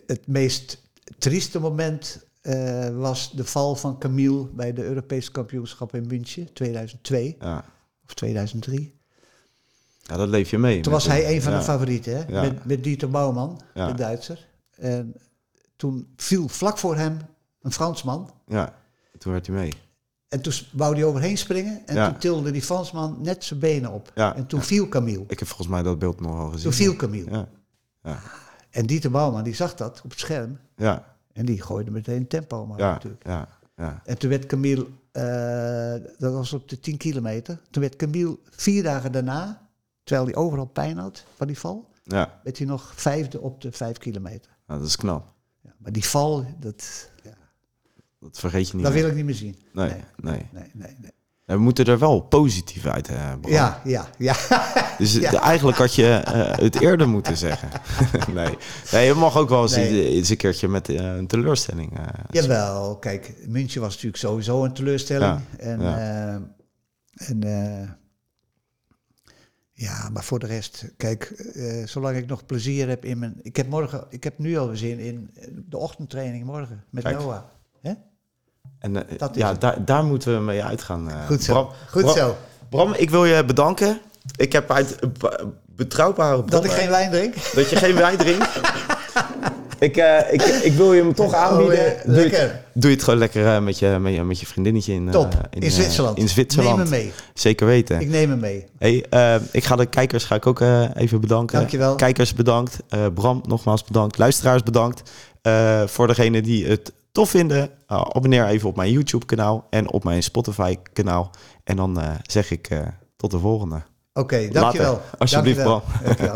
Speaker 4: het meest trieste moment eh, was de val van Camille... bij de Europese kampioenschap in München, 2002
Speaker 3: ja,
Speaker 4: of 2003.
Speaker 3: ja, dat leef je mee.
Speaker 4: Toen
Speaker 3: met
Speaker 4: was hij
Speaker 3: de-
Speaker 4: een van
Speaker 3: ja.
Speaker 4: de favorieten, hè?
Speaker 3: Ja.
Speaker 4: Met, met Dieter Bouwman,
Speaker 3: Ja.
Speaker 4: de Duitser. En toen viel vlak voor hem een Fransman...
Speaker 3: Ja, toen werd hij mee.
Speaker 4: En toen wou hij overheen springen. En
Speaker 3: Ja.
Speaker 4: toen tilde die Fransman net zijn benen op.
Speaker 3: Ja.
Speaker 4: En toen viel Camille.
Speaker 3: Ik heb volgens mij dat beeld nog wel gezien.
Speaker 4: Toen viel Camille.
Speaker 3: Ja,
Speaker 4: En Dieter Bouwman die zag dat op het scherm.
Speaker 3: ja,
Speaker 4: En die gooide meteen tempo maar
Speaker 3: ja,
Speaker 4: Oh, natuurlijk.
Speaker 3: ja, ja.
Speaker 4: En toen werd Camille, eh, dat was op de 10 kilometer. Toen werd Camille vier dagen daarna, terwijl hij overal pijn had van die val,
Speaker 3: Ja,
Speaker 4: werd hij nog vijfde op de 5 kilometer.
Speaker 3: nou, dat is knap.
Speaker 4: Ja, maar die val, dat, ja,
Speaker 3: Dat vergeet je niet
Speaker 4: dat
Speaker 3: meer.
Speaker 4: wil ik niet meer zien.
Speaker 3: Nee, nee.
Speaker 4: Nee. Nee, nee, nee.
Speaker 3: En We moeten er wel positief uit eh, behandelen.
Speaker 4: Ja, ja, ja.
Speaker 3: Dus de- eigenlijk had je eh, het eerder moeten zeggen. *laughs* nee. nee, je mag ook wel eens,
Speaker 4: Nee.
Speaker 3: eens een keertje met eh, een teleurstelling. eh,
Speaker 4: Jawel, kijk, München was natuurlijk sowieso een teleurstelling.
Speaker 3: Ja,
Speaker 4: En,
Speaker 3: ja.
Speaker 4: eh, en eh, ja, maar voor de rest, kijk, eh, zolang ik nog plezier heb in mijn. Ik heb morgen, ik heb nu al weer zin in de ochtendtraining morgen met
Speaker 3: Kijk.
Speaker 4: Noah. Hè?
Speaker 3: En eh,
Speaker 4: Dat is
Speaker 3: ja,
Speaker 4: het.
Speaker 3: daar, daar moeten we mee uitgaan. eh,
Speaker 4: Goed zo.
Speaker 3: Bram,
Speaker 4: Goed
Speaker 3: Bram-
Speaker 4: zo.
Speaker 3: Bram, ik wil je bedanken. Ik heb uit eh, b- betrouwbare
Speaker 4: Dat ik
Speaker 3: bronnen-
Speaker 4: geen wijn drink.
Speaker 3: dat je geen wijn
Speaker 4: *laughs*
Speaker 3: drinkt. ik, eh, ik, ik wil je hem toch aanbieden.
Speaker 4: Oh, eh,
Speaker 3: Doe je-
Speaker 4: lekker.
Speaker 3: Doe je het gewoon lekker eh, met, je, met, je, met je vriendinnetje in, eh,
Speaker 4: Top.
Speaker 3: in,
Speaker 4: In,
Speaker 3: eh,
Speaker 4: Zwitserland.
Speaker 3: In Zwitserland.
Speaker 4: Neem me mee.
Speaker 3: Zeker weten.
Speaker 4: Ik neem hem mee.
Speaker 3: Hey, eh, ik ga de kijkers ga ik ook eh, even bedanken.
Speaker 4: Dankjewel.
Speaker 3: Kijkers bedankt. Eh, Bram nogmaals bedankt. Luisteraars bedankt. Eh, voor degenen die het tof vinden, eh, abonneer even op mijn YouTube kanaal en op mijn Spotify kanaal. En dan eh, zeg ik eh, tot de volgende.
Speaker 4: Oké, dankjewel.
Speaker 3: Later. Alsjeblieft,
Speaker 4: Dankjewel.
Speaker 3: Bram.
Speaker 4: Dankjewel.